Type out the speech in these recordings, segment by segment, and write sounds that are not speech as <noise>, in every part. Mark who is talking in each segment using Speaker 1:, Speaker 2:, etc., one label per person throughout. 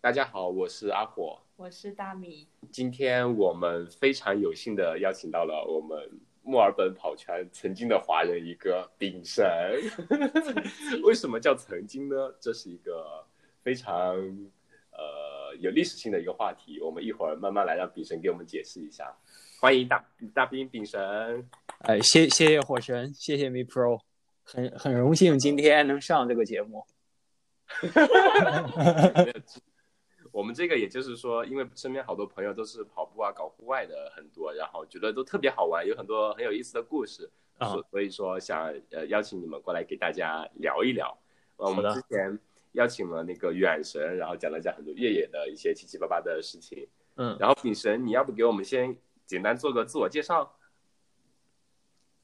Speaker 1: 大家好，我是阿火。
Speaker 2: 我是大米，
Speaker 1: 今天我们非常有幸的邀请到了我们墨尔本跑圈曾经的华人一个炳神。 <laughs> 为什么叫曾经呢？这是一个非常呃有历史性的一个话题，我们一会儿慢慢来让炳神给我们解释一下。欢迎大大兵炳神，
Speaker 3: 哎，谢谢谢火神，谢谢 Me Pro，很很荣幸今天能上这个节目。
Speaker 1: 我们这个也就是说，因为身边好多朋友都是跑步啊、搞户外的很多，然后觉得都特别好玩，有很多很有意思的故事，
Speaker 3: 啊
Speaker 1: 所所以说想呃邀请你们过来给大家聊一聊。呃，我
Speaker 3: 好
Speaker 1: 们
Speaker 3: 的
Speaker 1: 之前邀请了那个远神，然后讲了讲很多越野的一些七七八八的事情。
Speaker 3: 嗯，
Speaker 1: 然后丙神，你要不给我们先简单做个自我介绍？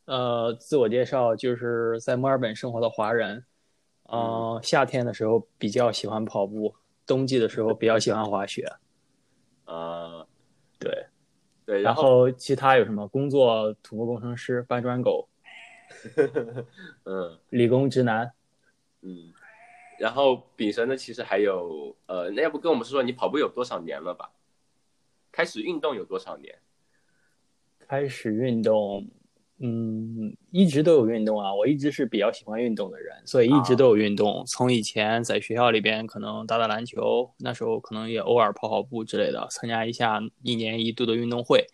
Speaker 3: 呃，自我介绍就是在墨尔本生活的华人，呃，夏天的时候比较喜欢跑步，冬季的时候比较喜欢滑雪。
Speaker 1: 呃，
Speaker 3: 对，
Speaker 1: 对，然
Speaker 3: 然
Speaker 1: 后
Speaker 3: 后其他有什么工作？土木工程师、搬砖狗、
Speaker 1: 嗯
Speaker 3: 理工直男。
Speaker 1: 嗯，然后丙神呢，其实还有呃，那要不跟我们说说你跑步有多少年了吧？开始运动有多少年？
Speaker 3: 开始运动，嗯，一直都有运动啊。我一直是比较喜欢运动的人，所以一直都有运动。从以前在学校里边可能打打篮球，那时候可能也偶尔跑跑步之类的，参加一下一年一度的运动会。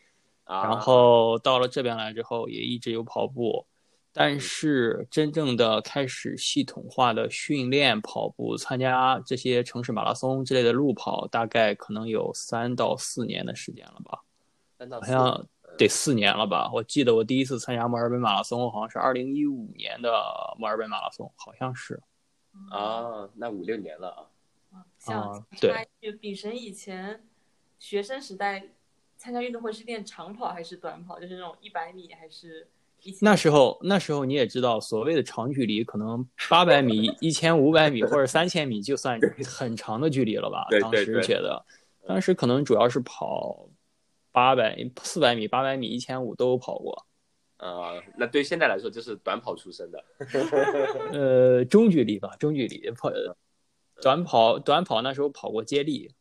Speaker 1: 啊，
Speaker 3: 然后到了这边来之后，也一直有跑步，但是真正的开始系统化的训练跑步，参加这些城市马拉松之类的路跑，大概可能有三到四年的时间了吧，
Speaker 1: 三到
Speaker 3: 好
Speaker 1: 四
Speaker 3: 像得四年了吧。我记得我第一次参加墨尔本马拉松，好像是二零一五年的墨尔本马拉松，好像是。
Speaker 1: 啊，那五六年了啊。
Speaker 2: 嗯，想
Speaker 3: 对
Speaker 2: 插一句，比神以前学生时代参加运动会是练长跑还是短跑？就是那种一百米还是一千？
Speaker 3: 那时候，那时候你也知道，所谓的长距离，可能八百米、一千五百米或者三千米，就算很长的距离了吧
Speaker 1: 对？对
Speaker 3: 当时
Speaker 1: 对
Speaker 3: 觉得，当时可能主要是跑八百、四百米、八百米、一千五都有跑过。
Speaker 1: 啊、那对于现在来说就是短跑出身的，
Speaker 3: 呃，中距离吧，中距离跑，短跑，短跑那时候跑过接力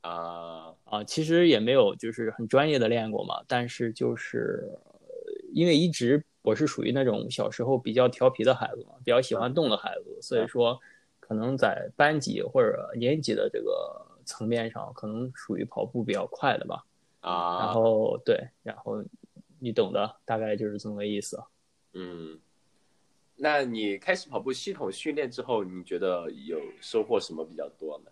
Speaker 1: 啊
Speaker 3: 啊，其实也没有就是很专业的练过嘛，但是就是呃因为一直我是属于那种小时候比较调皮的孩子嘛，比较喜欢动的孩子，所以说可能在班级或者年级的这个层面上，可能属于跑步比较快的吧。嗯然
Speaker 1: 啊，
Speaker 3: 后对，然后你懂的，大概就是这么个意思。
Speaker 1: 嗯，那你开始跑步系统训练之后，你觉得有收获什么比较多呢？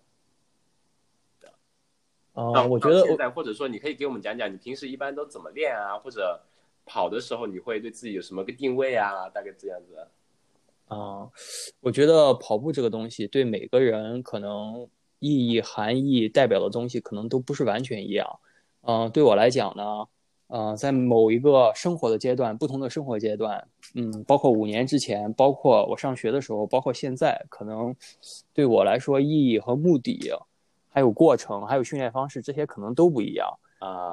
Speaker 3: 啊、
Speaker 1: 到
Speaker 3: 我觉
Speaker 1: 到
Speaker 3: 得
Speaker 1: 现
Speaker 3: 我
Speaker 1: 在或者说你可以给我们讲讲你平时一般都怎么练啊，或者跑的时候你会对自己有什么个定位啊，大概这样子。
Speaker 3: 啊、我觉得跑步这个东西对每个人可能意义、含义、代表的东西可能都不是完全一样。嗯、对我来讲呢，呃，在某一个生活的阶段，不同的生活阶段，嗯，包括五年之前，包括我上学的时候，包括现在，可能对我来说意义和目的，还有过程，还有训练方式，这些可能都不一样。
Speaker 1: 啊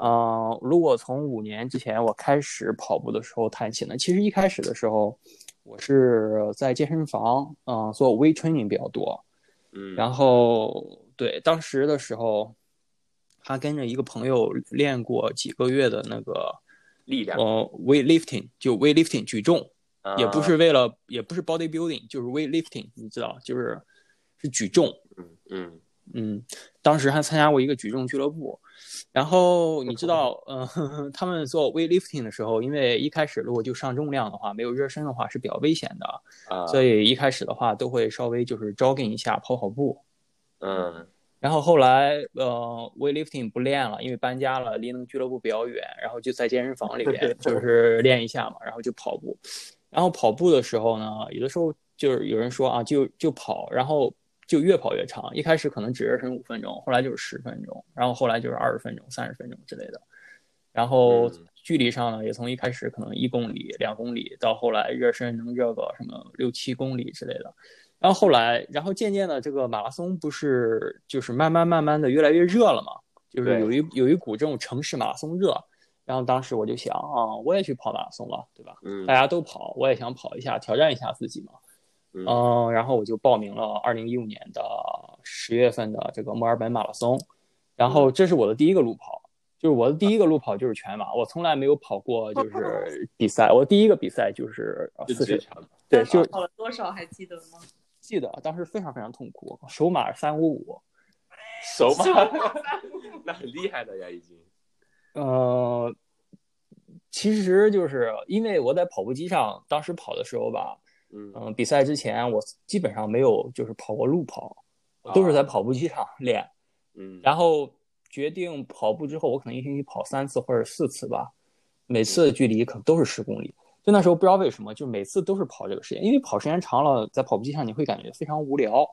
Speaker 3: 嗯、如果从五年之前我开始跑步的时候谈起呢，其实一开始的时候，我是在健身房，嗯、做微 training 比较多。
Speaker 1: 嗯，
Speaker 3: 然后对，当时的时候，还跟着一个朋友练过几个月的那个，
Speaker 1: 力量、
Speaker 3: 呃，weightlifting，就 weightlifting 举重，
Speaker 1: 啊
Speaker 3: 也不是为了，也不是 bodybuilding，就是 weightlifting，你知道，就是是举重。
Speaker 1: 嗯嗯
Speaker 3: 嗯，当时还参加过一个举重俱乐部，然后你知道，嗯、呃， <laughs> 他们做 weightlifting 的时候，因为一开始如果就上重量的话，没有热身的话是比较危险的，
Speaker 1: 啊
Speaker 3: 所以一开始的话都会稍微就是 jogging 一下，跑跑步。
Speaker 1: 嗯
Speaker 3: 然后后来，呃，weightlifting 不练了，因为搬家了，离那个俱乐部比较远，然后就在健身房里边就是练一下嘛，然后就跑步。然后跑步的时候呢，有的时候就是有人说啊，就就跑，然后就越跑越长。一开始可能只热身五分钟，后来就是十分钟，然后后来就是二十分钟、三十分钟之类的。然后
Speaker 1: 嗯
Speaker 3: 距离上呢，也从一开始可能一公里、两公里，到后来热身能热个什么六七公里之类的。然后后来，然后渐渐的，这个马拉松不是就是慢慢慢慢的越来越热了嘛，就是
Speaker 1: 对
Speaker 3: 有一有一股这种城市马拉松热。然后当时我就想啊，我也去跑马拉松了，对吧？
Speaker 1: 嗯
Speaker 3: 大家都跑，我也想跑一下，挑战一下自己嘛。
Speaker 1: 嗯
Speaker 3: 嗯，然后我就报名了二零一五年的十月份的这个墨尔本马拉松，
Speaker 1: 嗯
Speaker 3: 然后这是我的第一个路跑，就是我的第
Speaker 1: 啊
Speaker 3: 一个路跑就是全马，我从来没有跑过
Speaker 1: 哦
Speaker 3: 就是比赛，我第一个比赛就是呃
Speaker 1: 就
Speaker 3: 四
Speaker 1: 直接啊
Speaker 3: 十，
Speaker 1: 长
Speaker 3: 对，就
Speaker 2: 跑了多少还记得吗？
Speaker 3: 记得当时非常非常痛苦，首马三五五，
Speaker 1: 手马， <laughs> 那很厉害的呀，已经。
Speaker 3: <laughs> 呃，其实就是因为我在跑步机上当时跑的时候吧，
Speaker 1: 嗯，
Speaker 3: 嗯，比赛之前我基本上没有就是跑过路跑，我都是在
Speaker 1: 啊
Speaker 3: 跑步机上练。
Speaker 1: 嗯，
Speaker 3: 然后决定跑步之后，我可能一星期跑三次或者四次吧，每次
Speaker 1: 嗯
Speaker 3: 的距离可能都是十公里。就那时候不知道为什么，就每次都是跑这个时间，因为跑时间长了，在跑步机上你会感觉非常无聊。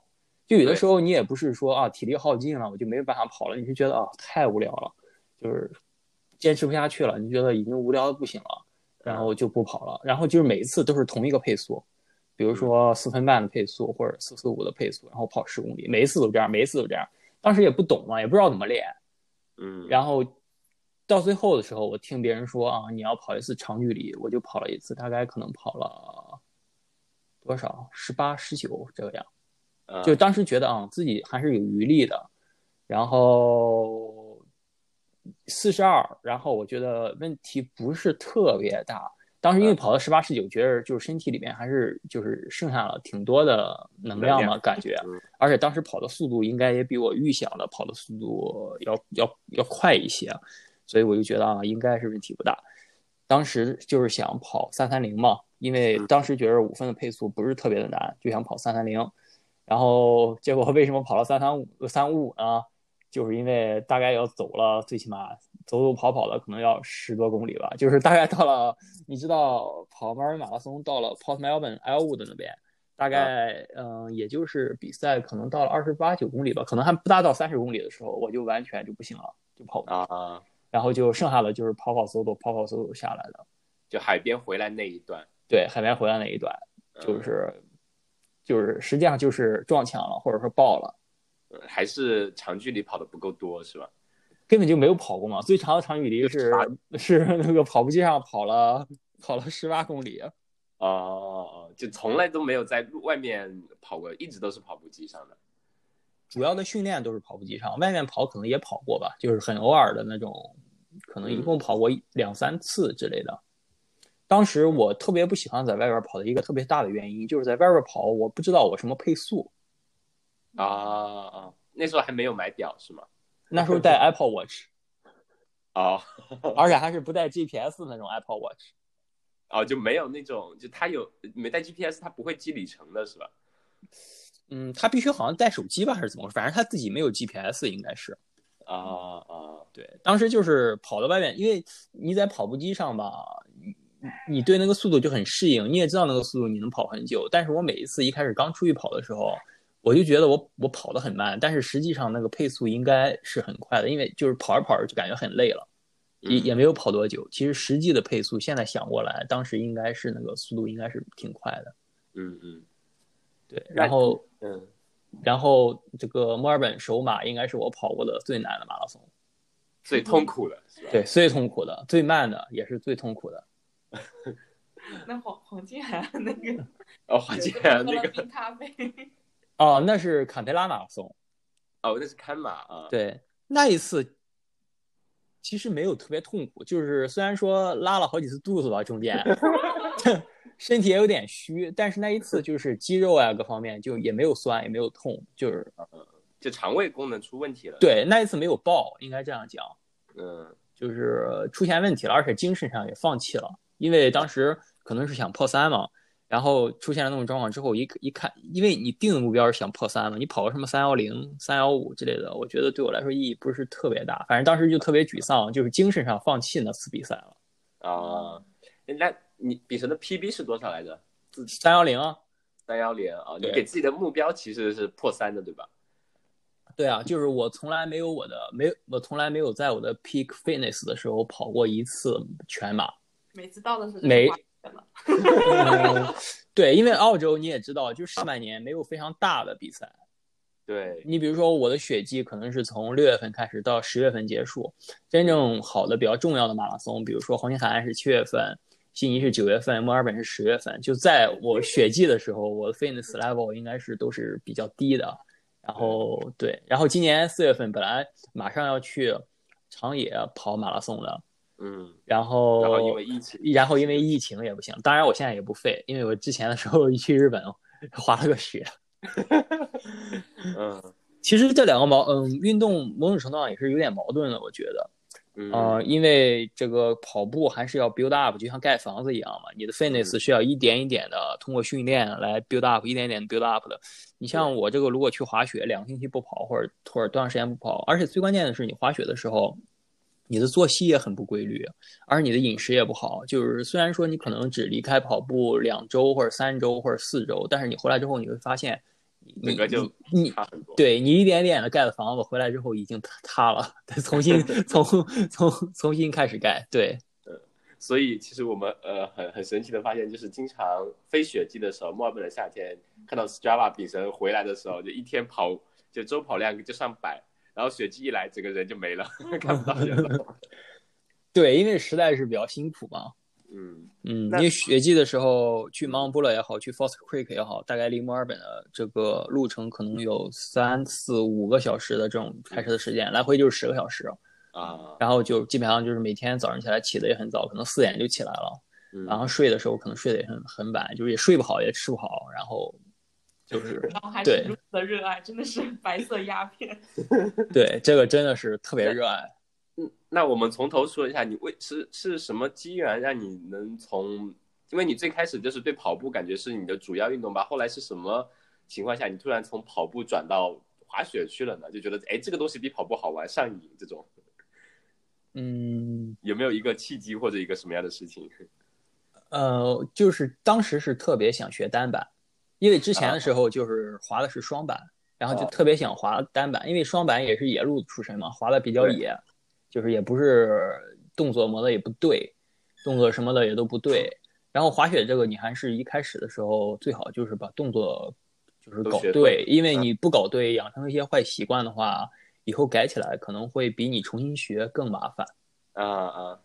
Speaker 3: 就有的
Speaker 1: 对
Speaker 3: 时候你也不是说啊体力耗尽了，我就没办法跑了，你是觉得啊太无聊了，就是坚持不下去了，你觉得已经无聊的不行了，然后就不跑了。然后就是每一次都是同一个配速，比如说四分半的配速或者四四五的配速，然后跑十公里，每一次都这样，每一次都这样。当时也不懂嘛，也不知道怎么练。
Speaker 1: 嗯，
Speaker 3: 然后到最后的时候，我听别人说啊，你要跑一次长距离，我就跑了一次，大概可能跑了多少，十八、十九这个样。
Speaker 1: 后
Speaker 3: 就当时觉得啊，自己还是有余力的。然后四十二，然后我觉得问题不是特别大。当时因为
Speaker 1: 嗯
Speaker 3: 跑到十八、十九，觉得就是身体里面还是就是剩下了挺多的能量
Speaker 1: 能
Speaker 3: 嘛，
Speaker 1: 量
Speaker 3: 感觉
Speaker 1: 嗯。
Speaker 3: 而且当时跑的速度应该也比我预想的跑的速度要要要快一些，所以我就觉得啊，应该是问题不大。当时就是想跑三三零嘛，因为当时觉得五分的配速不是特别的难，就想跑三三零。然后结果为什么跑了三三五三五五呢？就是因为大概要走了，最起码走走跑跑的可能要十多公里吧。就是大概到了，你知道跑墨尔本马拉松到了 Port Melbourne Elwood 那边，大概嗯、呃也就是比赛可能到了二十八九公里吧，可能还不大到三十公里的时候，我就完全就不行了，就跑不动。
Speaker 1: 啊，
Speaker 3: 然后就剩下的就是跑跑走走跑跑走走下来的。
Speaker 1: 就海边回来那一段，
Speaker 3: 对，海边回来那一段，
Speaker 1: 嗯
Speaker 3: 就是就是实际上就是撞墙了，或者说爆了。
Speaker 1: 嗯还是长距离跑的不够多是吧？
Speaker 3: 根本就没有跑过嘛。最长的长距离是是那个跑步机上跑了跑了十八公里，
Speaker 1: 哦哦，哦就从来都没有在路外面跑过，一直都是跑步机上的。
Speaker 3: 主要的训练都是跑步机上，外面跑可能也跑过吧，就是很偶尔的那种，可能一共跑过一两三次之类的。当时我特别不喜欢在外边跑的一个特别大的原因，就是在外边跑，我不知道我什么配速。
Speaker 1: <laughs>
Speaker 3: 嗯
Speaker 1: 啊啊，那时候还没有买表是吗？
Speaker 3: 那时候带 Apple <laughs> Watch，
Speaker 1: 哦
Speaker 3: 而且还是不带 GPS 那种 Apple Watch。
Speaker 1: 哦，就没有那种，就它有没带 GPS，它不会记里程的是吧？
Speaker 3: 嗯，他必须好像带手机吧，还是怎么回事？反正他自己没有 GPS，应该是。
Speaker 1: 啊啊，
Speaker 3: 对，当时就是跑到外面，因为你在跑步机上吧，你你对那个速度就很适应，你也知道那个速度你能跑很久。但是我每一次一开始刚出去跑的时候，我就觉得我我跑得很慢，但是实际上那个配速应该是很快的，因为就是跑着跑着就感觉很累了，
Speaker 1: 嗯
Speaker 3: 也也没有跑多久。其实实际的配速现在想过来，当时应该是那个速度应该是挺快的。
Speaker 1: 嗯嗯
Speaker 3: 对，
Speaker 1: 那
Speaker 3: 然后
Speaker 1: 嗯，
Speaker 3: 然后这个墨尔本首马应该是我跑过的最难的马拉松。
Speaker 1: 最痛苦了是吧？
Speaker 3: 对，最痛苦的、最慢的，也是最痛苦的。
Speaker 2: 嗯那黄黄金海岸
Speaker 1: <laughs>
Speaker 2: 那个，
Speaker 1: 哦，华姐那
Speaker 2: 喝了
Speaker 1: 个
Speaker 2: 冰咖啡， <laughs>
Speaker 3: 哦，那是坎培拉马拉松。
Speaker 1: 哦，那是看马啊，
Speaker 3: 对，那一次其实没有特别痛苦，就是虽然说拉了好几次肚子吧，中间身体也有点虚，但是那一次就是肌肉啊各方面就也没有酸，也没有痛，就是
Speaker 1: 就肠胃功能出问题了。，
Speaker 3: 对那一次没有爆，应该这样讲，
Speaker 1: 嗯
Speaker 3: 就是出现问题了，而且精神上也放弃了，因为当时可能是想破三嘛。然后出现了那种状况之后，一一看，因为你定的目标是想破三嘛，你跑个什么三幺零、三幺五之类的，我觉得对我来说意义不是特别大。反正当时就特别沮丧，就是精神上放弃那次比赛了。
Speaker 1: 啊，那你比神的 PB 是多少来着？
Speaker 3: 三幺零啊，
Speaker 1: 三幺零啊，你
Speaker 3: 对
Speaker 1: 给自己的目标其实是破三的，对吧？
Speaker 3: 对啊，就是我从来没有我的没我从来没有在我的 peak fitness 的时候跑过一次全马。 <laughs>
Speaker 2: 每次到的时候就
Speaker 3: 没
Speaker 2: 滑雪了，
Speaker 3: 嗯对，因为澳洲你也知道，就是上半年没有非常大的比赛。
Speaker 1: 对，
Speaker 3: 你比如说，我的雪季可能是从六月份开始到十月份结束，真正好的比较重要的马拉松，比如说黄金海岸是七月份，悉尼是九月份，墨尔本是十月份。就在我雪季的时候，我的 fitness level 应该是都是比较低的，然后对，然后今年四月份本来马上要去长野跑马拉松的，
Speaker 1: 嗯，
Speaker 3: 然后
Speaker 1: 然后因为疫情，
Speaker 3: 然后因为疫情也不行，当然我现在也不废，因为我之前的时候一 <laughs> 去日本滑了个雪。
Speaker 1: 嗯
Speaker 3: 其实这两个矛，嗯，运动某种程度上也是有点矛盾的，我觉得，
Speaker 1: 嗯
Speaker 3: 呃，因为这个跑步还是要 build up，就像盖房子一样嘛，
Speaker 1: 嗯
Speaker 3: 你的 fitness 是要一点一点的通过训练来 build up，一点一点 build up 的。你像我这个，如果去滑雪，两个星期不跑，或者或者多长时间不跑，而且最关键的是，你滑雪的时候，你的作息也很不规律，而你的饮食也不好。就是虽然说你可能只离开跑步两周或者三周或者四周，但是你回来之后，你会发现你，
Speaker 1: 整
Speaker 3: 你
Speaker 1: 个就
Speaker 3: 你你
Speaker 1: 差很多，
Speaker 3: 对你一点点的盖的房子回来之后已经塌了，得重新从从重新开始盖。对，
Speaker 1: 所以其实我们呃很很神奇的发现，就是经常飞雪季的时候，墨尔本的夏天看到 Strava 丙神回来的时候，就一天跑就周跑量就上百，然后雪季一来，整个人就没了， <laughs> 看不到人
Speaker 3: <laughs>
Speaker 1: 了。
Speaker 3: 对，因为实在是比较辛苦嘛。
Speaker 1: 嗯
Speaker 3: 嗯，
Speaker 1: 那
Speaker 3: 因为雪季的时候去 Mount b u l l 也好，去 Foster Creek 也好，大概离墨尔本的这个路程可能有三四五个小时的这种开车的时间，来回就是十个小时。
Speaker 1: 啊，
Speaker 3: 然后就基本上就是每天早上起来起的也很早，可能四点就起来了，
Speaker 1: 嗯
Speaker 3: 然后睡的时候可能睡得也很很晚，就是也睡不好，也吃不好，然后就是
Speaker 2: 然后还
Speaker 3: 对
Speaker 2: 是如此的热爱，真的是白色鸦片。
Speaker 3: 对，这个真的是特别热爱。
Speaker 1: 嗯，那我们从头说一下，你为是是什么机缘让你能从，因为你最开始就是对跑步感觉是你的主要运动吧，后来是什么情况下你突然从跑步转到滑雪去了呢？就觉得哎，这个东西比跑步好玩，上瘾这种，
Speaker 3: 嗯，
Speaker 1: 有没有一个契机或者一个什么样的事情？
Speaker 3: 呃，就是当时是特别想学单板，因为之前的时候就是滑的是双板，然后就
Speaker 1: 啊哦
Speaker 3: 特别想滑单板，因为双板也是野路出身嘛，滑的比较
Speaker 1: 对
Speaker 3: 野，就是也不是动作磨的也不对，动作什么的也都不对。 <laughs> 然后滑雪这个，你还是一开始的时候最好就是把动作就是
Speaker 1: 都
Speaker 3: 搞
Speaker 1: 学会，
Speaker 3: 对因为
Speaker 1: 嗯
Speaker 3: 你不搞对，养成一些坏习惯的话，以后改起来可能会比你重新学更麻烦。
Speaker 1: 啊啊，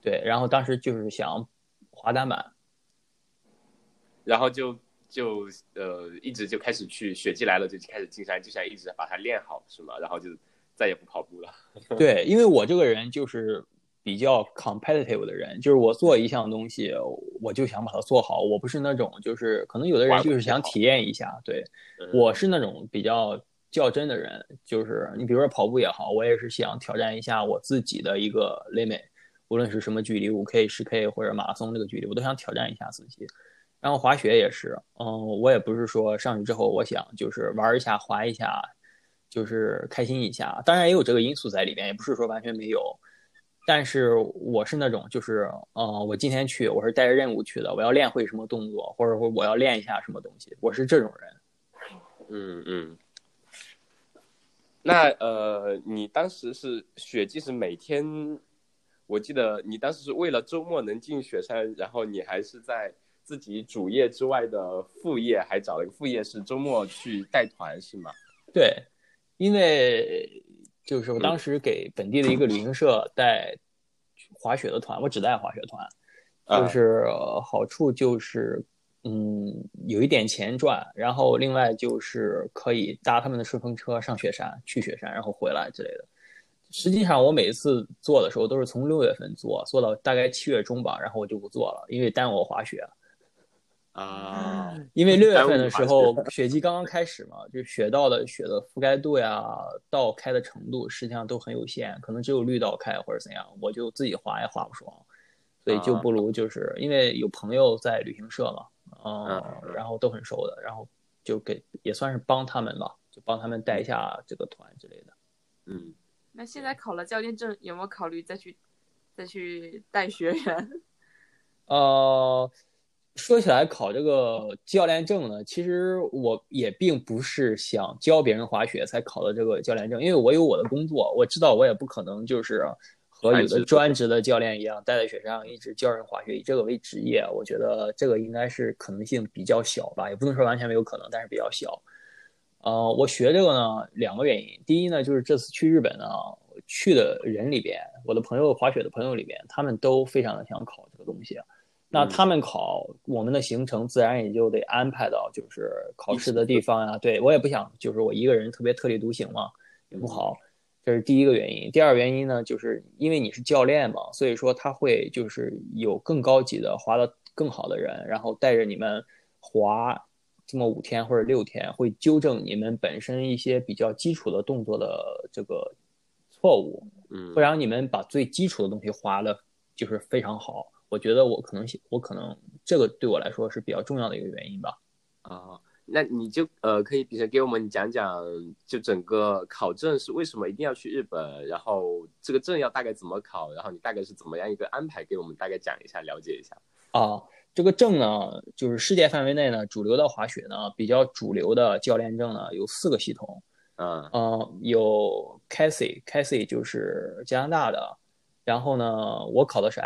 Speaker 3: 对，然后当时就是想滑单板，
Speaker 1: 然后就就呃一直就开始去雪季来了就开始进山，就想一直把它练好是吗？然后就再也不跑步了。
Speaker 3: 对，因为我这个人就是比较 competitive 的人，就是我做一项东西，我就想把它做好，我不是那种就是可能有的人就是想体验一下，对
Speaker 1: 嗯
Speaker 3: 我是那种比较较真的人，就是你比如说跑步也好，我也是想挑战一下我自己的一个 limit，无论是什么距离，五 K、十 K 或者马拉松这个距离，我都想挑战一下自己。然后滑雪也是，嗯，我也不是说上去之后我想就是玩一下、滑一下，就是开心一下。当然也有这个因素在里面，也不是说完全没有。但是我是那种就是，呃，我今天去我是带着任务去的，我要练会什么动作，或者说我要练一下什么东西，我是这种人。
Speaker 1: 嗯嗯，那呃，你当时是雪季是每天，我记得你当时是为了周末能进雪山，然后你还是在自己主业之外的副业，还找了一个副业是周末去带团是吗？
Speaker 3: 对，因为就是我当时给本地的一个旅行社带滑雪的团，我只带滑雪团，就
Speaker 1: 啊
Speaker 3: 是呃好处就是，嗯，有一点钱赚，然后另外就是可以搭他们的顺风车上雪山，去雪山，然后回来之类的。实际上，我每一次做的时候都是从六月份做，做到大概七月中吧，然后我就不做了，因为耽误我滑雪。
Speaker 1: 啊，
Speaker 3: 因为六月份的时
Speaker 1: 耽误
Speaker 3: 候，
Speaker 1: <laughs>
Speaker 3: 雪季刚刚开始嘛，就是雪道的雪的覆盖度呀、道开的程度，实际上都很有限，可能只有绿道开或者怎样，我就自己滑也滑不爽，所以就
Speaker 1: 啊
Speaker 3: 不如就是因为有朋友在旅行社嘛，嗯，
Speaker 1: 嗯
Speaker 3: 然后都很熟的，然后就给也算是帮他们吧，就帮他们带一下这个团之类的。
Speaker 1: 嗯，
Speaker 2: <laughs> 那现在考了教练证，有没有考虑再去再去带学员？
Speaker 3: 呃，说起来考这个教练证呢，其实我也并不是想教别人滑雪才考的这个教练证，因为我有我的工作，我知道我也不可能就是和有的专职的教练一样，待在雪上一直教人滑雪，以这个为职业，我觉得这个应该是可能性比较小吧，也不能说完全没有可能，但是比较小。呃，我学这个呢，两个原因。第一呢，就是这次去日本呢，去的人里边，我的朋友滑雪的朋友里边，他们都非常的想考这个东西，那他们考，我们的行程自然也就得安排到就是考试的地方呀、对我也不想就是我一个人特别特立独行嘛，也不好。这是第一个原因。第二个原因呢，就是因为你是教练嘛，所以说他会就是有更高级的滑得更好的人，然后带着你们滑这么五天或者六天，会纠正你们本身一些比较基础的动作的这个错误。
Speaker 1: 嗯
Speaker 3: 会让你们把最基础的东西划的，就是非常好。我觉得我可能我可能这个对我来说是比较重要的一个原因吧。
Speaker 1: 啊，那你就呃，可以比成给我们讲讲，就整个考证是为什么一定要去日本，然后这个证要大概怎么考，然后你大概是怎么样一个安排，给我们大概讲一下，了解一下。
Speaker 3: 啊，这个证呢，就是世界范围内呢主流的滑雪呢比较主流的教练证呢有四个系统，
Speaker 1: 嗯
Speaker 3: 呃，有 Cassie，Cassie 就是加拿大的，然后呢，我考的是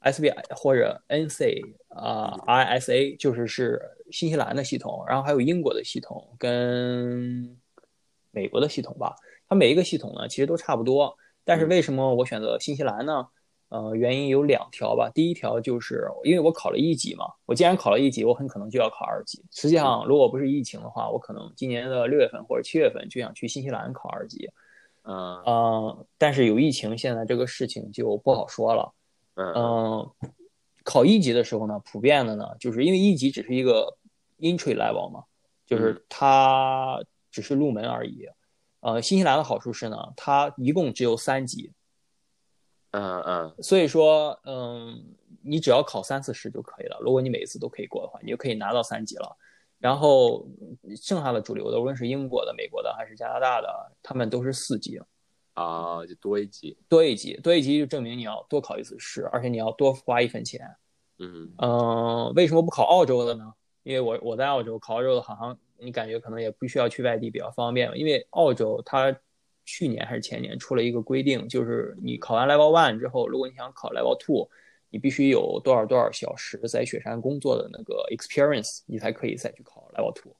Speaker 3: SBINZ，SB 或者 NC 啊、ISA 就是是新西兰的系统，然后还有英国的系统跟美国的系统吧。它每一个系统呢其实都差不多，但是为什么我选择新西兰呢？呃，原因有两条吧。第一条就是因为我考了一级嘛，我既然考了一级，我很可能就要考二级。实际上，如果不是疫情的话，我可能今年的六月份或者七月份就想去新西兰考二级。
Speaker 1: 嗯
Speaker 3: 呃，但是有疫情，现在这个事情就不好说了。
Speaker 1: 嗯
Speaker 3: 嗯，考一级的时候呢，普遍的呢，就是因为一级只是一个 entry level 嘛，就是它只是入门而已。呃，新西兰的好处是呢，它一共只有三级，
Speaker 1: 嗯嗯
Speaker 3: 所以说，嗯，你只要考三次试就可以了。如果你每一次都可以过的话，你就可以拿到三级了。然后剩下的主流的，无论是英国的、美国的还是加拿大的，他们都是四级，
Speaker 1: 啊，就多一级。
Speaker 3: 多一级，多一级就证明你要多考一次试，而且你要多花一分钱。
Speaker 1: 嗯
Speaker 3: 嗯，为什么不考澳洲的呢？因为我我在澳洲考澳洲的，好像你感觉可能也不需要去外地比较方便，因为澳洲它去年还是前年出了一个规定，就是你考完 Level One 之后，如果你想考 Level Two，你必须有多少多少小时在雪山工作的那个 experience，你才可以再去考 Level Two。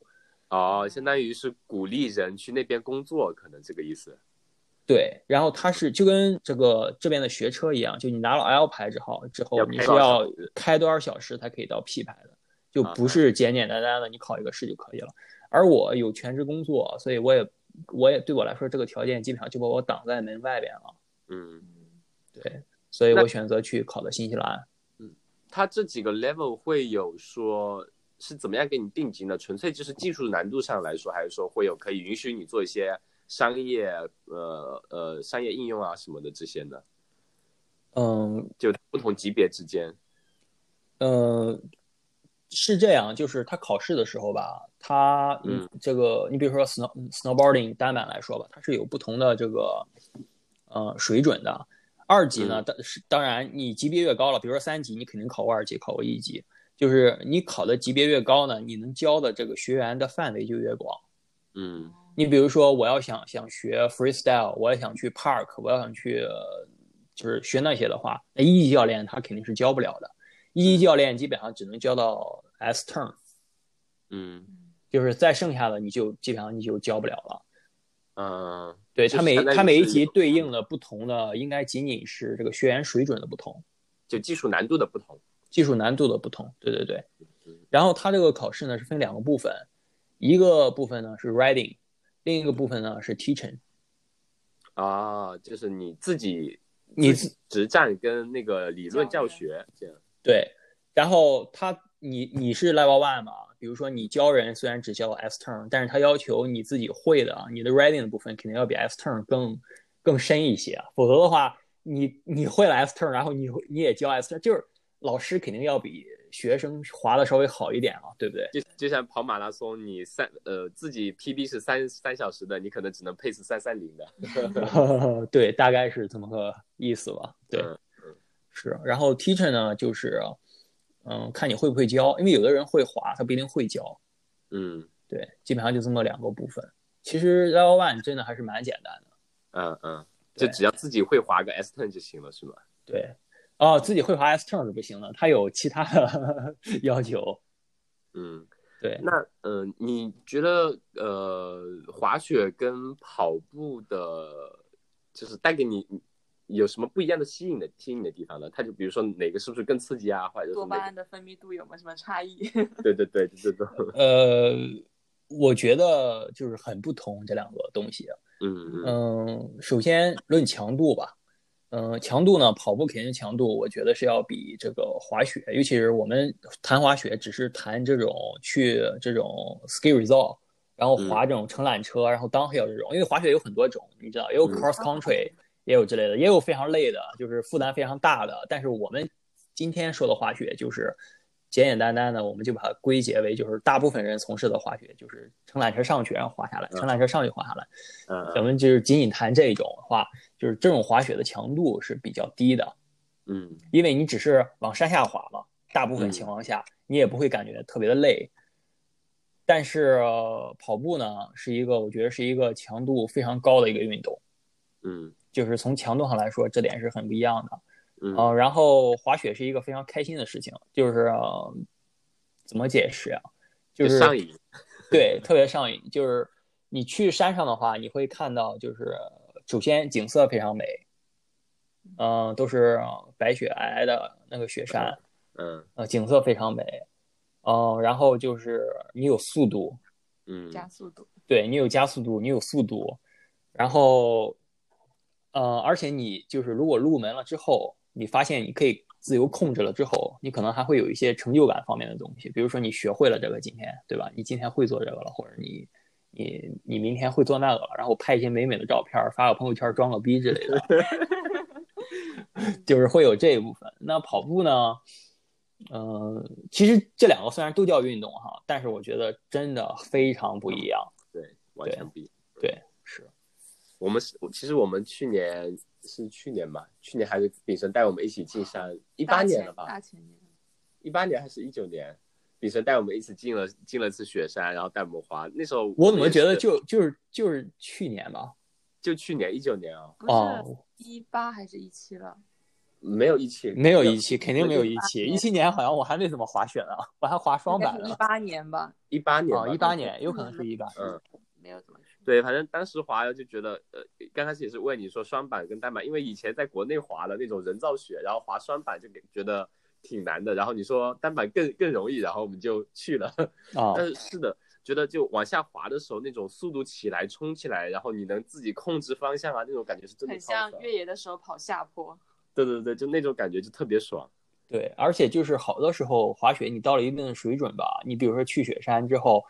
Speaker 1: 哦，相当于是鼓励人去那边工作，可能这个意思。
Speaker 3: 对，然后它是就跟这个这边的学车一样，就你拿了 L 牌之后，之后
Speaker 1: 要
Speaker 3: 你
Speaker 1: 开
Speaker 3: 是
Speaker 1: 多少
Speaker 3: 要
Speaker 1: 小时
Speaker 3: 开多少小时才可以到 P 牌的，就
Speaker 1: 啊
Speaker 3: 不是简简单单的你考一个试就可以了。而我有全职工作，所以我也我也对我来说这个条件基本上就把我挡在门外边了，
Speaker 1: 嗯，
Speaker 3: 所以
Speaker 1: 那
Speaker 3: 我选择去考的新西兰。
Speaker 1: 它这几个 level 会有说是怎么样给你定级呢？纯粹就是技术难度上来说，还是说会有可以允许你做一些商业呃呃商业应用啊什么的这些呢？
Speaker 3: 嗯
Speaker 1: 就不同级别之间。
Speaker 3: 呃，是这样，就是他考试的时候吧，他
Speaker 1: 嗯
Speaker 3: 这个你比如说 snow 嗯 snowboarding 单板来说吧，它是有不同的这个呃水准的。二级呢，
Speaker 1: 嗯
Speaker 3: 当是当然你级别越高了，比如说三级，你肯定考过二级，考过一级，就是你考的级别越高呢，你能教的这个学员的范围就越广。
Speaker 1: 嗯
Speaker 3: 你比如说，我要想想学 freestyle，我要想去 park，我要想去呃就是学那些的话，那一级教练他肯定是教不了的。一级教练基本上只能教到 S turn，
Speaker 1: 嗯
Speaker 3: 就是再剩下的你就基本上你就教不了了。
Speaker 1: 嗯
Speaker 3: 对
Speaker 1: 就是
Speaker 3: 他每
Speaker 1: 相当于
Speaker 3: 他每一
Speaker 1: 是
Speaker 3: 级对应的不同的，应该仅仅是这个学员水准的不同，
Speaker 1: 就技术难度的不同。
Speaker 3: 技术难度的不同。对对对
Speaker 1: 嗯。
Speaker 3: 然后他这个考试呢是分两个部分，一个部分呢是 riding，另一个部分呢是 teaching。
Speaker 1: 啊，就是你自己
Speaker 3: 你
Speaker 1: 自己实战跟那个理论教
Speaker 2: 教
Speaker 1: 学这样。
Speaker 3: 对，然后他你你是 level one 嘛？比如说你教人虽然只教 S turn，但是他要求你自己会的啊，你的 writing 的部分肯定要比 S turn 更更深一些，啊否则的话，你你会了 S turn，然后你你也教 S turn，就是老师肯定要比学生滑的稍微好一点啊，对不对？
Speaker 1: 就就像跑马拉松，你三呃自己 PB 是三三小时的，你可能只能配是三三零的。
Speaker 3: 对，大概是这么个意思吧。对
Speaker 1: 嗯，
Speaker 3: 是。然后 teacher 呢，就是嗯，看你会不会教，因为有的人会滑，他不一定会教。
Speaker 1: 嗯
Speaker 3: 对，基本上就这么两个部分。其实 Level One 真的还是蛮简单的。
Speaker 1: 嗯嗯，就
Speaker 3: 对
Speaker 1: 只要自己会划个 S turn 就行了，是吗？
Speaker 3: 对，哦，自己会滑 S turn 是不行的，它有其他的 <laughs> 要求。
Speaker 1: 嗯，
Speaker 3: 对，
Speaker 1: 那嗯、呃你觉得呃滑雪跟跑步的，就是带给你有什么不一样的吸引的吸引的地方呢？它就比如说哪个是不是更刺激啊，或者
Speaker 2: <laughs> 多
Speaker 1: 是
Speaker 2: 巴
Speaker 1: 哪
Speaker 2: 胺的分泌度有没有什么差异？
Speaker 1: 个？对对对，就这种。
Speaker 3: 呃，我觉得就是很不同这两个东西。
Speaker 1: 嗯嗯
Speaker 3: 嗯，首先论强度吧，嗯，强度呢，跑步肯定强度，我觉得是要比这个滑雪，尤其是我们谈滑雪，只是谈这种去这种 ski resort，
Speaker 1: 嗯
Speaker 3: 然后滑这种乘缆车，然后 downhill 这种，因为滑雪有很多种，你知道，也有
Speaker 1: 嗯
Speaker 3: cross country，也有之类的，也有非常累的，就是负担非常大的。但是我们今天说的滑雪，就是简简单单的，我们就把它归结为就是大部分人从事的滑雪，就是乘缆车上去然后滑下来，
Speaker 1: 嗯
Speaker 3: 乘缆车上去滑下来。
Speaker 1: 嗯
Speaker 3: 咱
Speaker 1: 嗯
Speaker 3: 们就是仅仅谈这一种的话，就是这种滑雪的强度是比较低的，
Speaker 1: 嗯
Speaker 3: 因为你只是往山下滑嘛，大部分情况下你也不会感觉特别的累。但是、呃跑步呢，是一个我觉得是一个强度非常高的一个运动，
Speaker 1: 嗯
Speaker 3: 就是从强度上来说，这点是很不一样的。
Speaker 1: 嗯
Speaker 3: 啊，然后滑雪是一个非常开心的事情，就是、呃怎么解释呀、就是
Speaker 1: 上瘾。
Speaker 3: 对，特别上瘾。就是你去山上的话，你会看到，就是首先景色非常美，嗯、都是白雪皑皑的那个雪山，
Speaker 1: 嗯
Speaker 3: 呃，景色非常美，嗯、然后就是你有速度，
Speaker 1: 嗯
Speaker 2: 加速度，
Speaker 3: 对你有加速度，你有速度，然后，呃，而且你就是如果入门了之后，你发现你可以自由控制了之后，你可能还会有一些成就感方面的东西，比如说你学会了这个今天，对吧？你今天会做这个了，或者你你你明天会做那个了，然后拍一些美美的照片儿，发个朋友圈儿装个逼之类的，就是会有这一部分。那跑步呢？呃，其实这两个虽然都叫运动哈，但是我觉得真的非常不一样。
Speaker 1: 对，完全不一样。
Speaker 3: 是，
Speaker 1: 我们是，其实我们去年是去年吧，去年还是炳神带我们一起进山，一
Speaker 2: 一
Speaker 1: 八年了吧？
Speaker 2: 大前年，
Speaker 1: 一八年还是一九年，炳神带我们一起进了进了次雪山，然后带我们滑。那时候
Speaker 3: 我怎么觉得
Speaker 1: 也是
Speaker 3: 就就是就是去年吧？
Speaker 1: 就去年一九年啊，
Speaker 2: 不是
Speaker 3: 哦，
Speaker 2: 一八还是一七了？
Speaker 1: 没有一起，
Speaker 3: 没有一期，肯定没有一期。
Speaker 2: 对对
Speaker 3: 一七年好像我还没怎么滑雪呢，我还滑双板
Speaker 2: 一
Speaker 3: 呢。啊
Speaker 2: 八年吧，
Speaker 1: 一八年吧
Speaker 3: 哦，一八。年有可能是一八。
Speaker 1: 嗯，
Speaker 2: 没有怎么去。
Speaker 1: 对，反正当时滑了就觉得，呃，刚开始也是问你说双板跟单板，因为以前在国内滑的那种人造雪，然后滑双板就给觉得挺难的，然后你说单板更更容易，然后我们就去了。
Speaker 3: 啊
Speaker 1: 但是呃是的，觉得就往下滑的时候那种速度起来、冲起来，然后你能自己控制方向啊，那种感觉是真的
Speaker 2: 很
Speaker 1: 超爽
Speaker 2: 像。越野的时候跑下坡，
Speaker 1: 对对对，就那种感觉就特别爽。
Speaker 3: 对，而且就是好多时候滑雪，你到了一定的水准吧，你比如说去雪山之后，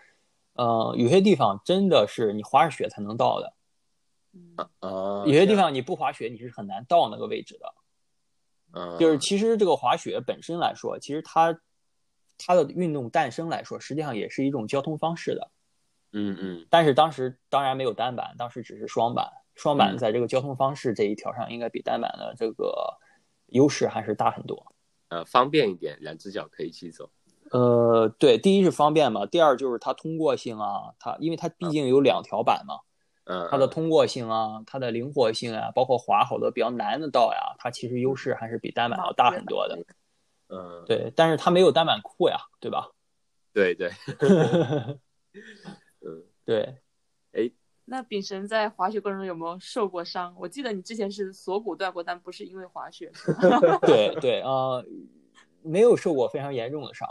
Speaker 3: 呃，有些地方真的是你滑着雪才能到的，
Speaker 2: 嗯，
Speaker 1: 啊
Speaker 3: 有些地方你不滑雪你是很难到那个位置的。
Speaker 1: 嗯
Speaker 3: 就是其实这个滑雪本身来说，其实它它的运动诞生来说，实际上也是一种交通方式的。
Speaker 1: 嗯嗯
Speaker 3: 但是当时当然没有单板，当时只是双板。双板
Speaker 1: 嗯
Speaker 3: 在这个交通方式这一条上，应该比单板的这个优势还是大很多。
Speaker 1: 呃方便一点，两只脚可以一起走。
Speaker 3: 呃，对，第一是方便嘛，第二就是它通过性啊，它因为它毕竟有两条板嘛，
Speaker 1: 嗯，
Speaker 3: 它的通过性啊，它的灵活性啊，包括滑好多比较难的道呀，它其实优势还是比单板要大很多的。
Speaker 1: 嗯
Speaker 3: 对，但是它没有单板酷呀，对吧？
Speaker 1: 对对，嗯，
Speaker 3: <laughs> 对，
Speaker 2: 那丙神在滑雪过程中有没有受过伤？我记得你之前是锁骨断过，但不是因嗯为滑雪。
Speaker 3: 对对啊、呃没有受过非常严重的伤，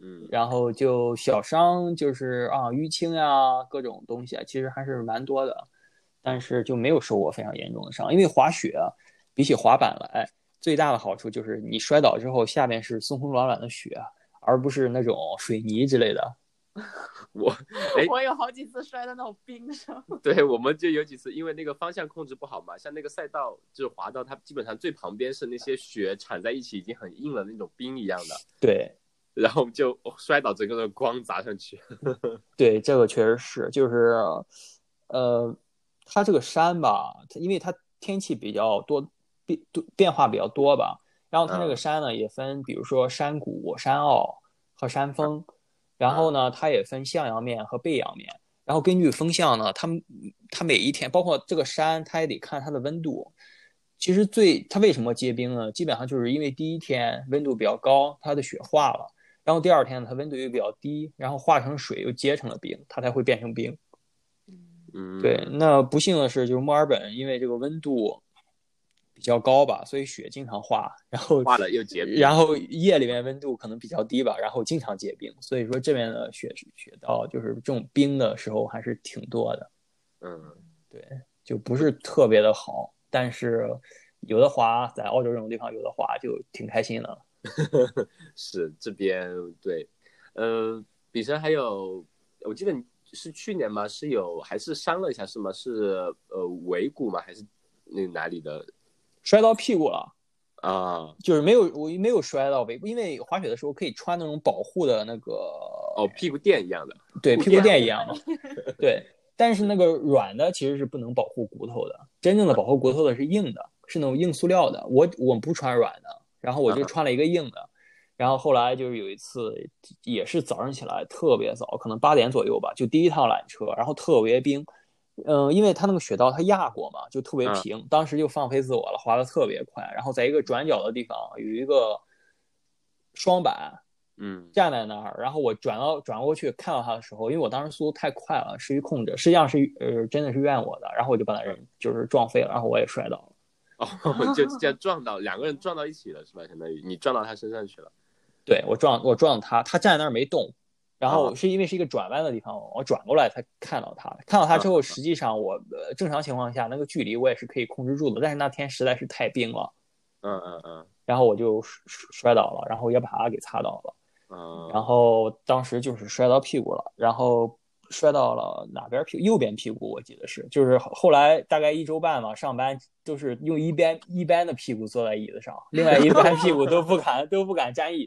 Speaker 1: 嗯
Speaker 3: 然后就小伤就是啊淤青啊各种东西啊，其实还是蛮多的，但是就没有受过非常严重的伤，因为滑雪啊比起滑板来，最大的好处就是你摔倒之后下面是松松软软的雪，啊而不是那种水泥之类的。
Speaker 1: 我哎
Speaker 2: 我有好几次摔到那种冰上，
Speaker 1: 对，我们就有几次，因为那个方向控制不好嘛，像那个赛道就是滑道，它基本上最旁边是那些雪铲在一起，已经很硬了那种冰一样的，
Speaker 3: 对，
Speaker 1: 然后我们就摔倒，整个人咣砸上去。
Speaker 3: 对，这个确实是，就是，呃，它这个山吧，它因为它天气比较多，变多变化比较多吧，然后它这个
Speaker 1: 嗯
Speaker 3: 山呢也分，比如说山谷、山坳和山峰，然后呢它也分向阳面和背阳面，然后根据风向呢，它们它每一天，包括这个山，它也得看它的温度。其实最它为什么结冰呢？基本上就是因为第一天温度比较高，它的雪化了。然后第二天呢，它温度又比较低，然后化成水又结成了冰，它才会变成冰。
Speaker 1: 嗯，
Speaker 3: 对，那不幸的是，就是墨尔本因为这个温度比较高吧，所以雪经常化，然后
Speaker 1: 化了又结冰，
Speaker 3: 然后夜里面温度可能比较低吧，然后经常结冰，所以说这边的雪雪道就是这种冰的时候还是挺多的，
Speaker 1: 嗯，
Speaker 3: 对，就不是特别的好，但是有的滑，在澳洲这种地方有的滑就挺开心的。
Speaker 1: 是这边对，呃，比神还有，我记得你是去年吗？是有还是伤了一下是吗？是呃尾骨吗？还是那哪里的
Speaker 3: 摔到屁股了，
Speaker 1: 啊？
Speaker 3: 就是没有我没有摔到尾部，因为滑雪的时候可以穿那种保护的那个
Speaker 1: 哦，屁股垫一样的，
Speaker 3: 对，
Speaker 1: 护
Speaker 3: 屁
Speaker 1: 垫
Speaker 3: 股垫一样嘛。 <laughs> 对，但是那个软的其实是不能保护骨头的，真正的保护骨头的是硬的，是那种硬塑料的。我我不穿软的，然后我就
Speaker 1: 啊
Speaker 3: 穿了一个硬的。然后后来就是有一次，也是早上起来特别早，可能八点左右吧，就第一趟缆车，然后特别冰。嗯，因为它那个雪道它压过嘛，就特别
Speaker 1: 嗯
Speaker 3: 平，当时就放飞自我了，滑得特别快。然后在一个转角的地方有一个双板，
Speaker 1: 嗯
Speaker 3: 站在那儿，然后我转到转过去看到他的时候，因为我当时速度太快了，失去控制，实际上是呃真的是怨我的，然后我就把他人就是撞飞了，然后我也摔倒了。
Speaker 1: 哦，就这样撞到两个人撞到一起了是吧？相当于你撞到他身上去了，
Speaker 3: 对我撞我撞他，他站在那儿没动，然后
Speaker 1: 啊
Speaker 3: 是因为是一个转弯的地方，我转过来才看到他，看到他之后，实际上我呃正常情况下那个距离我也是可以控制住的，但是那天实在是太冰了，
Speaker 1: 嗯嗯嗯
Speaker 3: 然后我就摔摔倒了，然后也把他给擦倒了。
Speaker 1: 嗯，
Speaker 3: 然后当时就是摔到屁股了，然后摔到了哪边屁股？右边屁股，我记得是，就是后后来大概一周半嘛，上班都是用一边一边的屁股坐在椅子上，另外一边屁股都不敢都不敢沾椅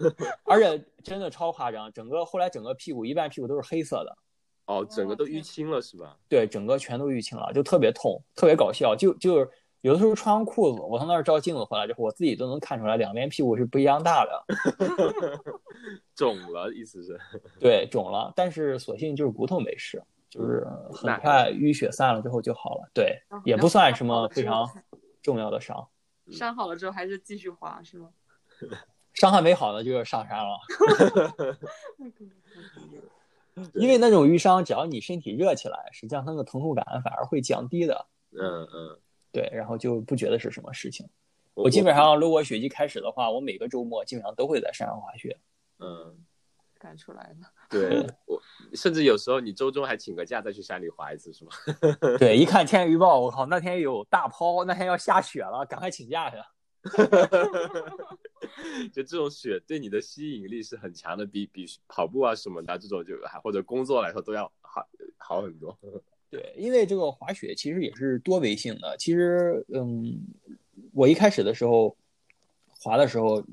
Speaker 3: 子，而且真的超夸张，整个后来整个屁股一半屁股都是黑色的，
Speaker 1: 哦，整个都
Speaker 2: 哦
Speaker 1: 淤青了是吧？
Speaker 3: 对，整个全都淤青了，就特别痛，特别搞笑，就就是。有的时候穿上裤子，我从那儿照镜子回来之后，我自己都能看出来两边屁股是不一样大的。
Speaker 1: 肿了，意思是，
Speaker 3: 对，肿了，但是所幸就是骨头没事，就是很
Speaker 1: 那
Speaker 3: 快淤血散了之后就好了。对
Speaker 2: 嗯，
Speaker 3: 也
Speaker 2: 然
Speaker 3: 不
Speaker 2: 后
Speaker 3: 算
Speaker 2: 它
Speaker 3: 什
Speaker 2: 好
Speaker 3: 么
Speaker 2: 了
Speaker 3: 非
Speaker 2: 之后
Speaker 3: 常重要的伤，
Speaker 1: 嗯
Speaker 2: 伤好了之后还是继续滑是吗？
Speaker 3: 伤还没好呢就要上山了。
Speaker 1: 对
Speaker 3: 因为那种淤伤，只要你身体热起来，实际上它那个疼痛感反而会降低的。
Speaker 1: 嗯嗯，
Speaker 3: 对，然后就不觉得是什么事情。
Speaker 1: 我
Speaker 3: 我基本上，如果雪季开始的话，我每个周末基本上都会在山上滑雪。 <laughs>
Speaker 1: 嗯。
Speaker 2: 赶出来了，
Speaker 1: 对我，甚至有时候你周中还请个假再去山里滑一次，是吗？
Speaker 3: 对，一看天气预报，我靠，那天有大抛，那天要下雪了，赶快请假去。
Speaker 1: <laughs> 就这种雪对你的吸引力是很强的，比比跑步啊什么的这种就还或者工作来说都要好好很多。
Speaker 3: 对，因为这个滑雪其实也是多维性的。其实，嗯，我一开始的时候滑的时候，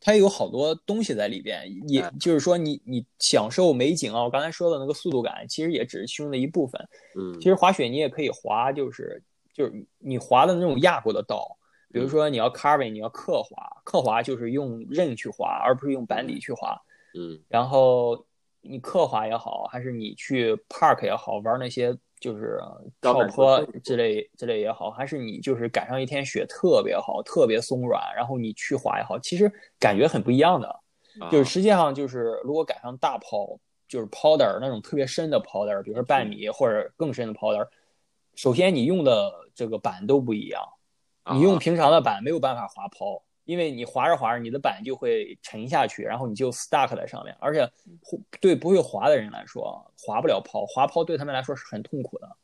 Speaker 3: 它有好多东西在里边，也就是说你，你享受美景啊，我刚才说的那个速度感，其实也只是其中的一部分。
Speaker 1: 嗯
Speaker 3: 其实滑雪你也可以滑，就是就是你滑的那种压过的道，比如说你要 carving，你要刻滑，刻滑就是用刃去滑，而不是用板底去滑。
Speaker 1: 嗯
Speaker 3: 然后你刻滑也好，还是你去 park 也好，玩那些就是
Speaker 1: 高
Speaker 3: 跳
Speaker 1: 难度
Speaker 3: 坡
Speaker 1: 动作
Speaker 3: 之类之类也好，还是你就是赶上一天雪特别好，特别松软，然后你去滑也好，其实感觉很不一样的。
Speaker 1: 啊
Speaker 3: 就是实际上就是如果赶上大抛，就是 powder 那种特别深的 powder，比如说半米或者更深的 powder，首先你用的这个板都不一样，
Speaker 1: 啊
Speaker 3: 你用平常的板没有办法滑抛，因为你滑着滑着，你的板就会沉下去，然后你就 stuck 在上面。而且会对不会滑的人来说，滑不了抛，滑抛对他们来说是很痛苦的。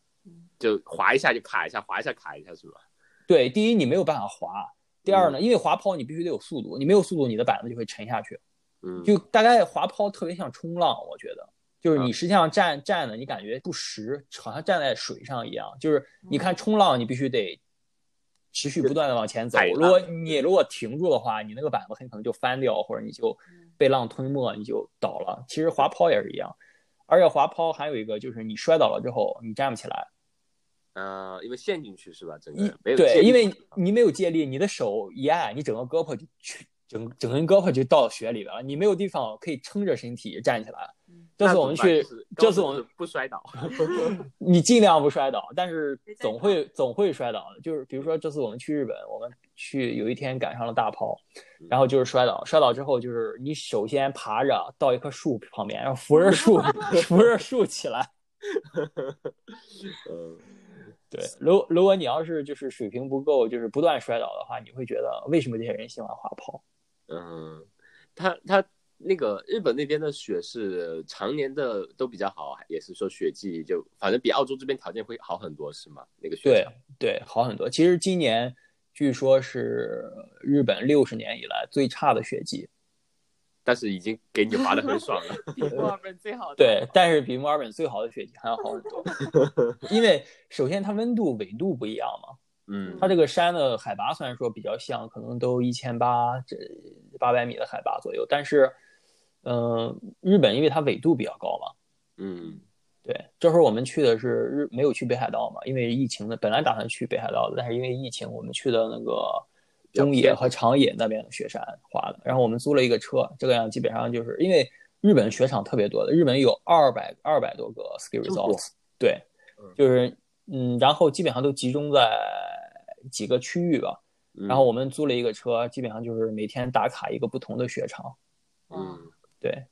Speaker 1: 就滑一下就卡一下，滑一下卡一下，是吧？
Speaker 3: 对，第一你没有办法滑，第二呢，因为滑抛你必须得有速度，你没有速度，你的板子就会沉下去。
Speaker 1: 嗯，
Speaker 3: 就大概滑抛特别像冲浪，我觉得，就是你实际上站站的，你感觉不实，好像站在水上一样。就是你看冲浪，你必须得持续不断的往前走
Speaker 1: 海。浪
Speaker 3: 如果你如果停住的话，你那个板子很可能就翻掉，或者你就被浪吞没，你就倒了。其实滑抛也是一样，而且滑抛还有一个就是你摔倒了之后你站不起来，
Speaker 1: 呃，因为陷进去是吧？整个
Speaker 3: 一
Speaker 1: 人没有
Speaker 3: 嗯对，
Speaker 1: 借力
Speaker 3: 因为你没有借力，你的手一按，你整个胳膊就去，整整根胳膊就到雪里边了，你没有地方可以撑着身体站起来
Speaker 2: 嗯。
Speaker 3: 这次我们去，这次我们
Speaker 1: 不摔
Speaker 3: <laughs>
Speaker 1: 倒，
Speaker 3: 你尽量不摔倒，但是
Speaker 2: 没在
Speaker 3: 总会总会摔倒的。就是比如说这次我们去日本，我们去有一天赶上了大抛，
Speaker 1: 嗯
Speaker 3: 然后就是摔倒，摔倒之后就是你首先爬着到一棵树旁边，然
Speaker 1: <laughs>
Speaker 3: 后扶着树扶着树起来，
Speaker 1: 嗯， <laughs>
Speaker 3: 对，如如果你要是就是水平不够，就是不断摔倒的话，你会觉得为什么这些人喜欢滑跑？
Speaker 1: 嗯，它它那个日本那边的雪是常年的都比较好，也是说雪季就反正比澳洲这边条件会好很多，是吗？那个雪
Speaker 3: 对
Speaker 1: 场
Speaker 3: 对，好很多。其实今年据说是日本六十年以来最差的雪季，
Speaker 1: 但是已经给你滑的很爽
Speaker 3: <laughs>
Speaker 1: 了。
Speaker 2: 比墨尔本最好的。
Speaker 3: 对，但是比墨尔本最好的雪季还要好很多， <laughs> 因为首先它温度纬度不一样嘛，
Speaker 1: 嗯，
Speaker 3: 它这个山的海拔虽然说比较像，可能都一千八这八百米的海拔左右，但是，嗯、日本因为它纬度比较高嘛，
Speaker 1: 嗯
Speaker 3: 对，这会儿我们去的是日，没有去北海道嘛，因为疫情的，本来打算去北海道的，但是因为疫情，我们去的那个中野和长野那边的雪山滑的。然后我们租了一个车，这个样基本上就是因为日本雪场特别多的，日本有二百二百多个 ski
Speaker 1: 么多
Speaker 3: resorts，对
Speaker 1: 嗯，
Speaker 3: 就是嗯，然后基本上都集中在几个区域吧。
Speaker 1: 嗯，
Speaker 3: 然后我们租了一个车，基本上就是每天打卡一个不同的雪场，
Speaker 2: 哇，
Speaker 1: 嗯，
Speaker 3: 对，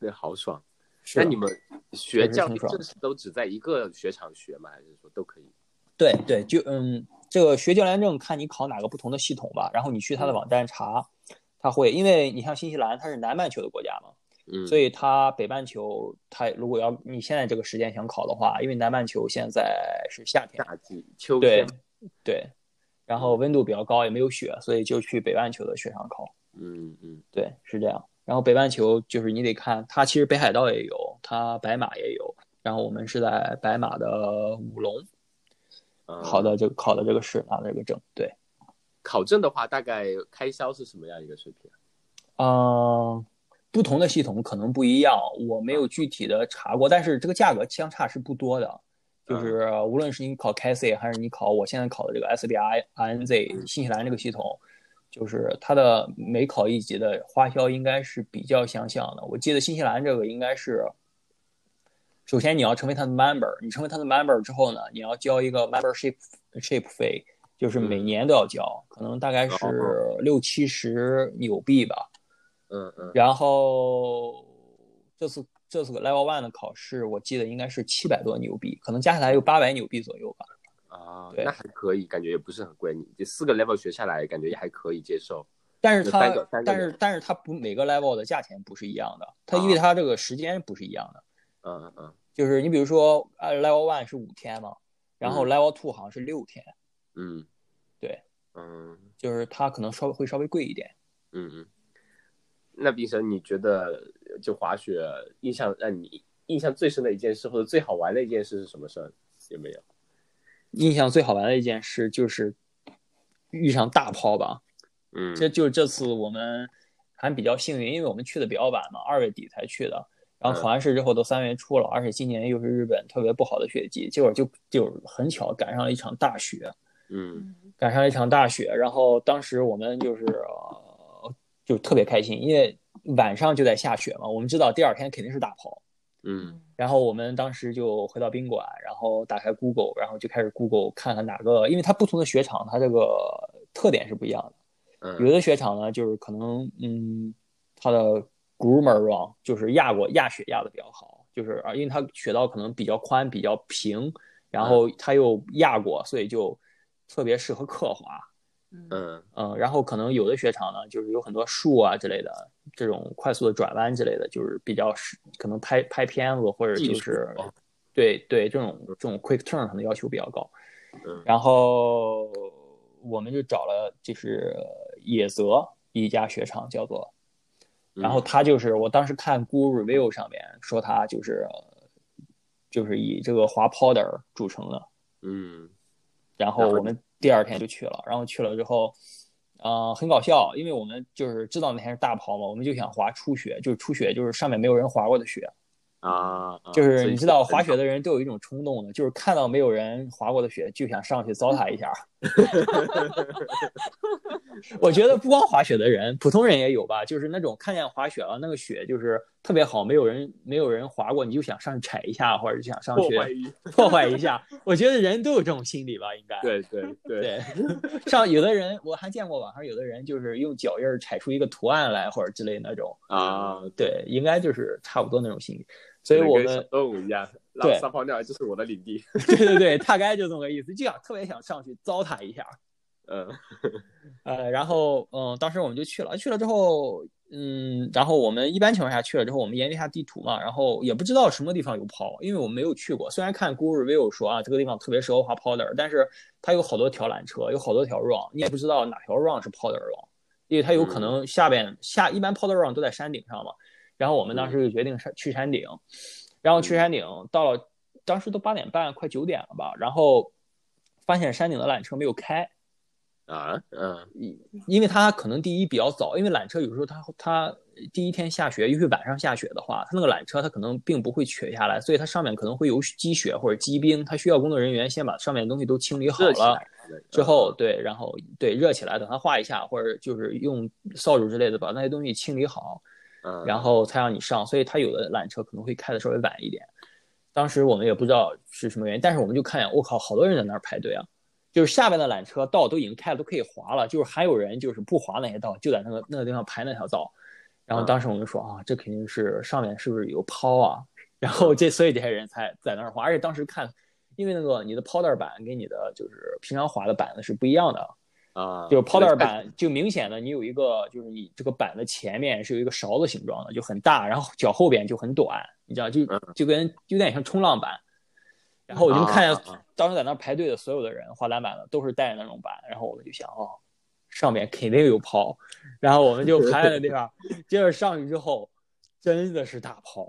Speaker 1: 那好爽。
Speaker 3: 是
Speaker 1: 那你们学教
Speaker 3: 挺爽
Speaker 1: 正是都只在一个雪场学吗？还是说都可以？
Speaker 3: 对对，就嗯，这个学教练证看你考哪个不同的系统吧，然后你去他
Speaker 1: 嗯
Speaker 3: 的网站查，他会，因为你像新西兰它是南半球的国家嘛，
Speaker 1: 嗯，
Speaker 3: 所
Speaker 1: 以
Speaker 3: 以它北半球它如果要你现在这个时间想考的话，因为南半球现在是夏天，
Speaker 1: 夏季、秋
Speaker 3: 对
Speaker 1: 天，
Speaker 3: 对，然后温度比较高，也没有雪，所以就去北半球的雪场考，
Speaker 1: 嗯嗯
Speaker 3: 对，是这样。然后北半球就是你得看，它其实北海道也有，它白马也有，然后我们是在白马的五龙
Speaker 1: 嗯，
Speaker 3: 考的这个考的这个试拿的这个证，对。
Speaker 1: 考证的话，大概开销是什么样一个水平啊？
Speaker 3: 嗯，不同的系统可能不一样，我没有具体的查过，但是这个价格相差是不多的。
Speaker 1: 嗯
Speaker 3: 就是无论是你考 CASI 还是你考我现在考的这个 SBI
Speaker 1: 嗯
Speaker 3: INZ 新西兰这个系统，就是它的每考一级的花销应该是比较相像的。我记得新西兰这个应该是，首先你要成为它的 member，你成为它的 member 之后呢，你要交一个 membership ship 费，就是每
Speaker 1: 嗯
Speaker 3: 年都要交，可能大概是
Speaker 1: 哦
Speaker 3: 六七十纽币吧。
Speaker 1: 嗯嗯
Speaker 3: 然后这次这次 Level One 的考试，我记得应该是七百多纽币，可能加起来有八百纽币左右吧。
Speaker 1: 啊，
Speaker 3: 对
Speaker 1: 那还可以，感觉也不是很贵。你这四个 level 学下来，感觉也还可以接受。
Speaker 3: 但是它
Speaker 1: 就三个三个
Speaker 3: 但
Speaker 1: 人
Speaker 3: 是但是它不每个 level 的价钱不是一样的，它
Speaker 1: 啊
Speaker 3: 因为它这个时间不是一样的。
Speaker 1: 嗯嗯嗯
Speaker 3: 就是你比如说，呃，Level One 是五天嘛，然后
Speaker 1: 嗯
Speaker 3: Level Two 好像是六天，
Speaker 1: 嗯，
Speaker 3: 对，
Speaker 1: 嗯
Speaker 3: 就是它可能稍微会稍微贵一点。
Speaker 1: 嗯嗯。那冰神，你觉得就滑雪印象让你印象最深的一件事，或者最好玩的一件事是什么事儿？有没有？
Speaker 3: 印象最好玩的一件事就是遇上大炮吧，
Speaker 1: 嗯
Speaker 3: 这就这次我们还比较幸运，因为我们去的比较晚嘛，二月底才去的，然后考完试之后都三月初了，而且今年又是日本特别不好的雪季，结果就就很巧赶上了一场大雪，
Speaker 1: 嗯
Speaker 2: 嗯
Speaker 3: 赶上了一场大雪，然后当时我们就是、呃就特别开心，因为晚上就在下雪嘛，我们知道第二天肯定是大跑，
Speaker 1: 嗯
Speaker 2: 嗯
Speaker 3: 然后我们当时就回到宾馆，然后打开 Google，然后就开始 Google 看看哪个，因为它不同的雪场它这个特点是不一样的。有
Speaker 1: 嗯
Speaker 3: 的雪场呢，就是可能嗯，它的 groomer run 就是压过压雪压的比较好，就是啊，因为它雪道可能比较宽、比较平，然后它又压过，所以就特别适合刻滑。
Speaker 2: 嗯
Speaker 1: 嗯
Speaker 3: 嗯，然后可能有的雪场呢，就是有很多树啊之类的，这种快速的转弯之类的，就是比较是可能拍拍片子或者
Speaker 1: 技
Speaker 3: 就
Speaker 1: 术
Speaker 3: 是
Speaker 1: 哦
Speaker 3: 对对这种这种 quick turn 可能要求比较高。
Speaker 1: 嗯
Speaker 3: 然后我们就找了就是野泽一家雪场叫做，
Speaker 1: 嗯
Speaker 3: 然后他就是我当时看 Google Review 上面说他就是呃就是以这个滑 powder 著称的，
Speaker 1: 嗯
Speaker 3: 然后我们第二天就去了，然后去了之后，呃，很搞笑，因为我们就是知道那天是大跑嘛，我们就想滑初雪，就是初雪就是上面没有人滑过的雪，
Speaker 1: 啊，啊
Speaker 3: 就是你知道滑雪的人都有一种冲动的，就是看到没有人滑过的雪就想上去糟蹋一下。 <laughs> 我觉得不光滑雪的人，普通人也有吧，就是那种看见滑雪了，那个雪就是特别好，没有人没有人滑过，你就想上去踩一下，或者就想上
Speaker 1: 破
Speaker 3: 去
Speaker 1: 坏欲，
Speaker 3: 破坏一下。我觉得人都有这种心理吧，应该。
Speaker 1: 对对对，
Speaker 3: 对， <laughs> 上有的人我还见过网上有的人就是用脚印儿踩出一个图案来或者之类那种，
Speaker 1: 啊，
Speaker 3: 对，应该就是差不多那种心理。所以
Speaker 1: 可能
Speaker 3: 我
Speaker 1: 跟小
Speaker 3: 们
Speaker 1: 动物一样，
Speaker 3: 对
Speaker 1: 拉撒泡尿就是我的领地。
Speaker 3: <laughs> 对对对，大概就这么个意思，就想特别想上去糟蹋一下。
Speaker 1: 嗯，
Speaker 3: 呃，然后嗯，当时我们就去了，去了之后，嗯，然后我们一般情况下去了之后，我们研究一下地图嘛，然后也不知道什么地方有抛，因为我们没有去过。虽然看 Google Review 说啊，这个地方特别适合滑 powder，但是它有好多条缆车，有好多条 run，你也不知道哪条 run 是 powder run，因为它有可能下边、下一般 powder run 都在山顶上嘛。然后我们当时就决定山去山顶，然后去山顶到了，当时都八点半快九点了吧，然后发现山顶的缆车没有开。
Speaker 1: 啊，嗯，
Speaker 3: 因为它可能第一比较早，因为缆车有时候它它第一天下雪，尤其晚上下雪的话，它那个缆车它可能并不会雪下来，所以它上面可能会有积雪或者积冰，它需要工作人员先把上面的东西都清理好
Speaker 1: 热起
Speaker 3: 了
Speaker 1: 来，嗯了
Speaker 3: 之后对，然后对热起来，等它化一下，或者就是用扫帚之类的把那些东西清理好，
Speaker 1: 嗯，
Speaker 3: 然后才让你上，所以它有的缆车可能会开的稍微晚一点。当时我们也不知道是什么原因，但是我们就看见，我靠，好多人在那儿排队啊！就是下边的缆车道都已经开了，都可以滑了，就是还有人就是不滑那些道，就在那个那个地方排那条道。然后当时我们就说啊，这肯定是上面是不是有抛啊？ <laughs> 然后这所以这些人才在那儿滑，而且当时看，因为那个你的抛袋板跟你的就是平常滑的板子是不一样的，
Speaker 1: 啊，
Speaker 3: 就是抛袋
Speaker 1: 可能看，
Speaker 3: 板，就明显的你有一个，就是你这个板的前面是有一个勺子形状的，就很大，然后脚后边就很短，你知道，就
Speaker 1: 嗯
Speaker 3: 就跟有点像冲浪板。然后我就看
Speaker 1: 啊
Speaker 3: 见当时在那排队的所有的人，滑单板的都是带着那种板，然后我们就想，哦，上面肯定有抛，然后我们就排在那地方，接着上去之后，真的是大抛，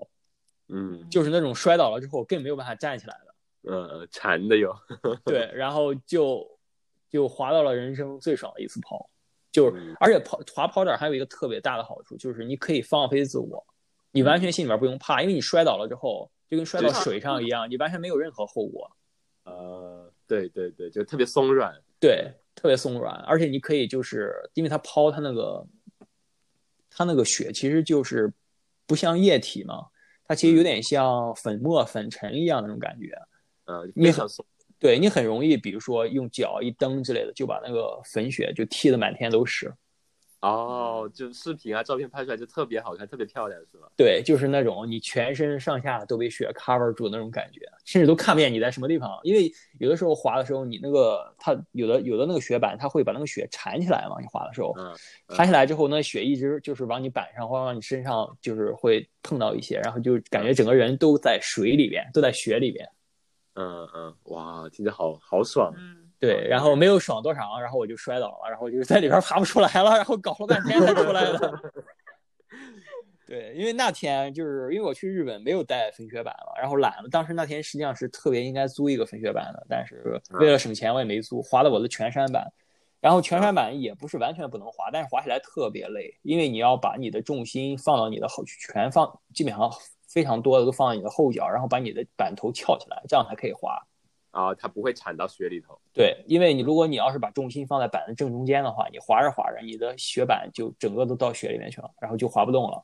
Speaker 1: 嗯
Speaker 3: 就是那种摔倒了之后更没有办法站起来的。
Speaker 1: 嗯，馋的哟，
Speaker 3: 对，然后就就滑到了人生最爽的一次抛，就是
Speaker 1: 嗯
Speaker 3: 而且抛滑抛点还有一个特别大的好处，就是你可以放飞自我，你完全心里面不用怕，因为你摔倒了之后就跟摔
Speaker 1: 嗯
Speaker 3: 到
Speaker 1: 对嗯
Speaker 3: 水上一样，你完全没有任何后果，
Speaker 1: 呃，对对对，就特别松软，
Speaker 3: 对，特别松软，而且你可以就是因为它抛它那个它那个雪其实就是不像液体嘛，它其实
Speaker 1: 嗯
Speaker 3: 有点像粉末粉尘一样那种感觉。
Speaker 1: 呃，
Speaker 3: 你
Speaker 1: 非
Speaker 3: 很
Speaker 1: 常松，
Speaker 3: 对你很容易，比如说用脚一蹬之类的，就把那个粉雪就踢得满天都是。
Speaker 1: 哦，就视频啊、照片拍出来就特别好看，特别漂亮，是吧？
Speaker 3: 对，就是那种你全身上下都被雪 cover 住的那种感觉，甚至都看不见你在什么地方。因为有的时候滑的时候，你那个它有的有的那个雪板，它会把那个雪缠起来嘛。你滑的时候，
Speaker 1: 嗯，
Speaker 3: 缠起来之后，那雪一直就是往你板上或者往你身上，就是会碰到一些，然后就感觉整个人都在水里边，都在雪里边。
Speaker 1: 嗯嗯，哇，听着好好爽，
Speaker 2: 嗯，
Speaker 3: 对，然后没有爽多少，然后我就摔倒了，然后就是在里边爬不出来了，然后搞了半天才出来的。对，因为那天就是因为我去日本没有带粉雪板嘛，然后懒了。当时那天实际上是特别应该租一个粉雪板的，但是为了省钱我也没租，滑的我的全山板。然后全山板也不是完全不能滑，但是滑起来特别累，因为你要把你的重心放到你的后，全放基本上非常多的都放到你的后脚，然后把你的板头翘起来，这样才可以滑。
Speaker 1: 啊，它不会铲到雪里头，
Speaker 3: 对，因为你如果你要是把重心放在板的正中间的话，你滑着滑着，你的雪板就整个都到雪里面去了，然后就滑不动了。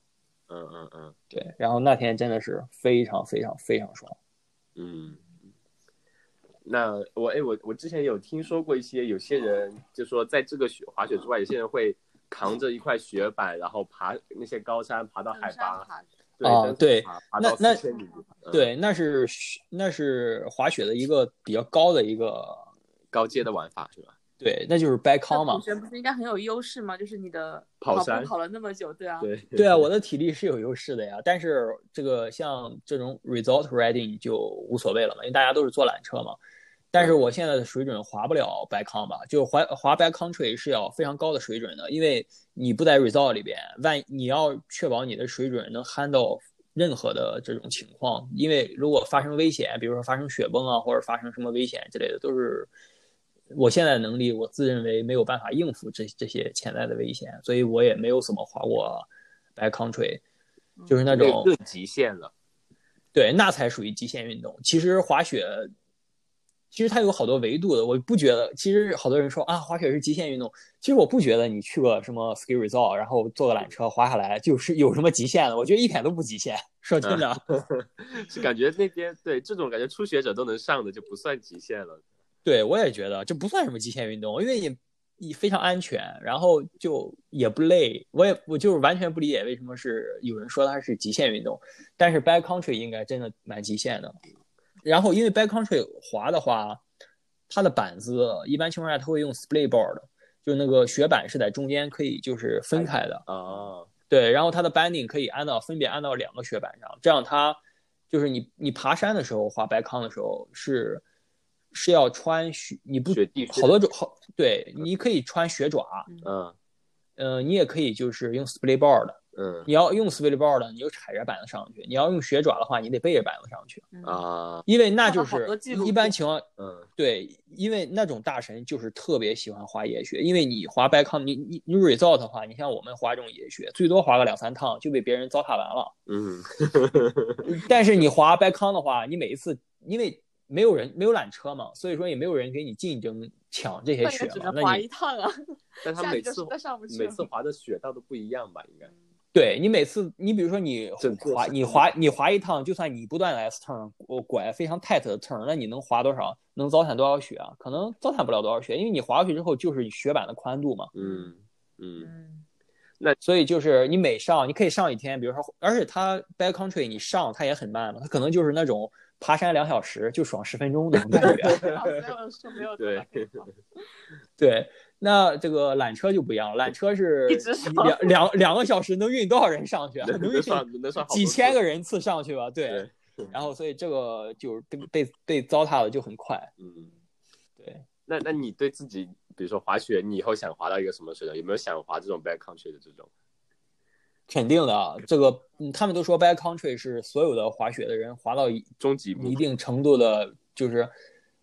Speaker 1: 嗯嗯嗯
Speaker 3: 对，然后那天真的是非常非常非常爽。
Speaker 1: 嗯。那我哎，我我之前有听说过一些有些人就说，在这个雪滑雪之外，有些人会扛着一块雪板，然后爬那些高山，爬到海
Speaker 2: 登山
Speaker 1: 拔，
Speaker 2: 爬
Speaker 1: 对
Speaker 3: 哦
Speaker 1: 登山
Speaker 3: 对
Speaker 1: 爬爬
Speaker 3: 那
Speaker 1: 到
Speaker 3: 那
Speaker 1: 四千米，嗯
Speaker 3: 对，那是雪那是滑雪的一个比较高的一个，
Speaker 1: 高阶的玩法是吧？
Speaker 3: 对，那就是 backcon
Speaker 2: 那
Speaker 3: 嘛
Speaker 2: 普。神不是应该很有优势吗？就是你的
Speaker 1: 跑
Speaker 2: 步
Speaker 1: 山
Speaker 2: 跑了那么久，对啊，
Speaker 1: 对
Speaker 3: 对啊，我的体力是有优势的呀，但是这个像这种 resort riding 就无所谓了嘛，因为大家都是坐缆车嘛。但是我现在的水准滑不了 backcountry 吧，就滑滑 backcountry 是要非常高的水准的，因为你不在 resort 里边，万一你要确保你的水准能 handle 任何的这种情况，因为如果发生危险，比如说发生雪崩啊，或者发生什么危险之类的，都是我现在的能力，我自认为没有办法应付这这些潜在的危险，所以我也没有怎么滑过 backcountry，就是那种
Speaker 1: 更极限了。
Speaker 3: 对，那才属于极限运动。其实滑雪，其实它有好多维度的。我不觉得，其实好多人说啊，滑雪是极限运动。其实我不觉得你去个什么 ski resort，然后坐个缆车滑下来，就是有什么极限的。我觉得一点都不极限。说真的，
Speaker 2: <laughs>
Speaker 1: 是感觉那边对这种感觉初学者都能上的就不算极限了。
Speaker 3: 对我也觉得这不算什么极限运动，因为你也非常安全，然后就也不累。我也我就是完全不理解为什么是有人说它是极限运动，但是 backcountry 应该真的蛮极限的。然后因为 backcountry 滑的话，它的板子一般情况下它会用 split board，就是那个雪板是在中间可以就是分开的。
Speaker 1: 啊，
Speaker 3: 对，然后它的 banding 可以按到分别按到两个雪板上，这样它就是你你爬山的时候滑白康的时候是是要穿雪，你不
Speaker 1: 雪地靴
Speaker 3: 好多种好对，你可以穿雪爪，
Speaker 1: 嗯
Speaker 3: 呃，你也可以就是用 split board，
Speaker 1: 嗯
Speaker 3: 你要用 split board 你就踩着板子上去，你要用雪爪的话，你得背着板子上去，
Speaker 2: 嗯
Speaker 1: 啊
Speaker 3: 因为那
Speaker 2: 看
Speaker 3: 就
Speaker 2: 了好多
Speaker 3: 是
Speaker 2: 纪录
Speaker 3: 一般
Speaker 2: 片
Speaker 3: 情况
Speaker 1: 嗯
Speaker 3: 对，因为那种大神就是特别喜欢滑野雪，因为你滑白康，你你你 result 的话，你像我们滑这种野雪，最多滑个两三趟就被别人糟蹋完了。
Speaker 1: 嗯
Speaker 2: <laughs>
Speaker 3: 但是你滑白康的话，你每一次因为没有人没有缆车嘛，所以说也没有人给你竞争抢这些
Speaker 2: 那
Speaker 3: 雪
Speaker 2: 也只
Speaker 3: 嘛，
Speaker 2: 能
Speaker 3: 那
Speaker 2: 滑
Speaker 3: 你
Speaker 2: 一趟啊，
Speaker 1: 但 <laughs> 他
Speaker 2: 下
Speaker 1: 每
Speaker 2: 去就
Speaker 1: 次
Speaker 2: 实在上不去
Speaker 1: 每
Speaker 2: 了。 <laughs>
Speaker 1: 次滑的雪道都不一样吧？应该
Speaker 2: 嗯
Speaker 3: 对你每次你比如说你
Speaker 1: 整个
Speaker 3: 滑
Speaker 1: 是
Speaker 3: 你滑你滑一趟，就算你不断的 S turn 我拐非常 tight 的 turn，那你能滑多少？能糟蹋多少雪啊？可能糟蹋不了多少雪，因为你滑过去之后就是雪板的宽度嘛。
Speaker 1: 嗯嗯
Speaker 2: 嗯，
Speaker 3: 所以就是你每上，你可以上一天，比如说，而且它 backcountry 你上它也很慢嘛，它可能就是那种爬山两小时就爽十分钟那种感觉。
Speaker 1: <laughs>
Speaker 2: 然后所以嗯我说没有
Speaker 1: 对
Speaker 2: 多大可以滑
Speaker 3: 对，那这个缆车就不一样，缆车是
Speaker 2: 一直上
Speaker 3: 两两两个小时能运多少人上去啊？能
Speaker 1: 能
Speaker 3: 运
Speaker 1: 上能上好
Speaker 3: 几
Speaker 1: 多
Speaker 3: 千
Speaker 1: 次
Speaker 3: 个人次上去吧？对
Speaker 1: 对。
Speaker 3: 然后所以这个就是被被被糟蹋的就很快。
Speaker 1: 嗯。
Speaker 3: 对，
Speaker 1: 那那你对自己，比如说滑雪，你以后想滑到一个什么水准？有没有想滑这种 backcountry 的这种？
Speaker 3: 肯定的啊，这个嗯，他们都说 backcountry 是所有的滑雪的人滑到一
Speaker 1: 终极目
Speaker 3: 一定程度的，就是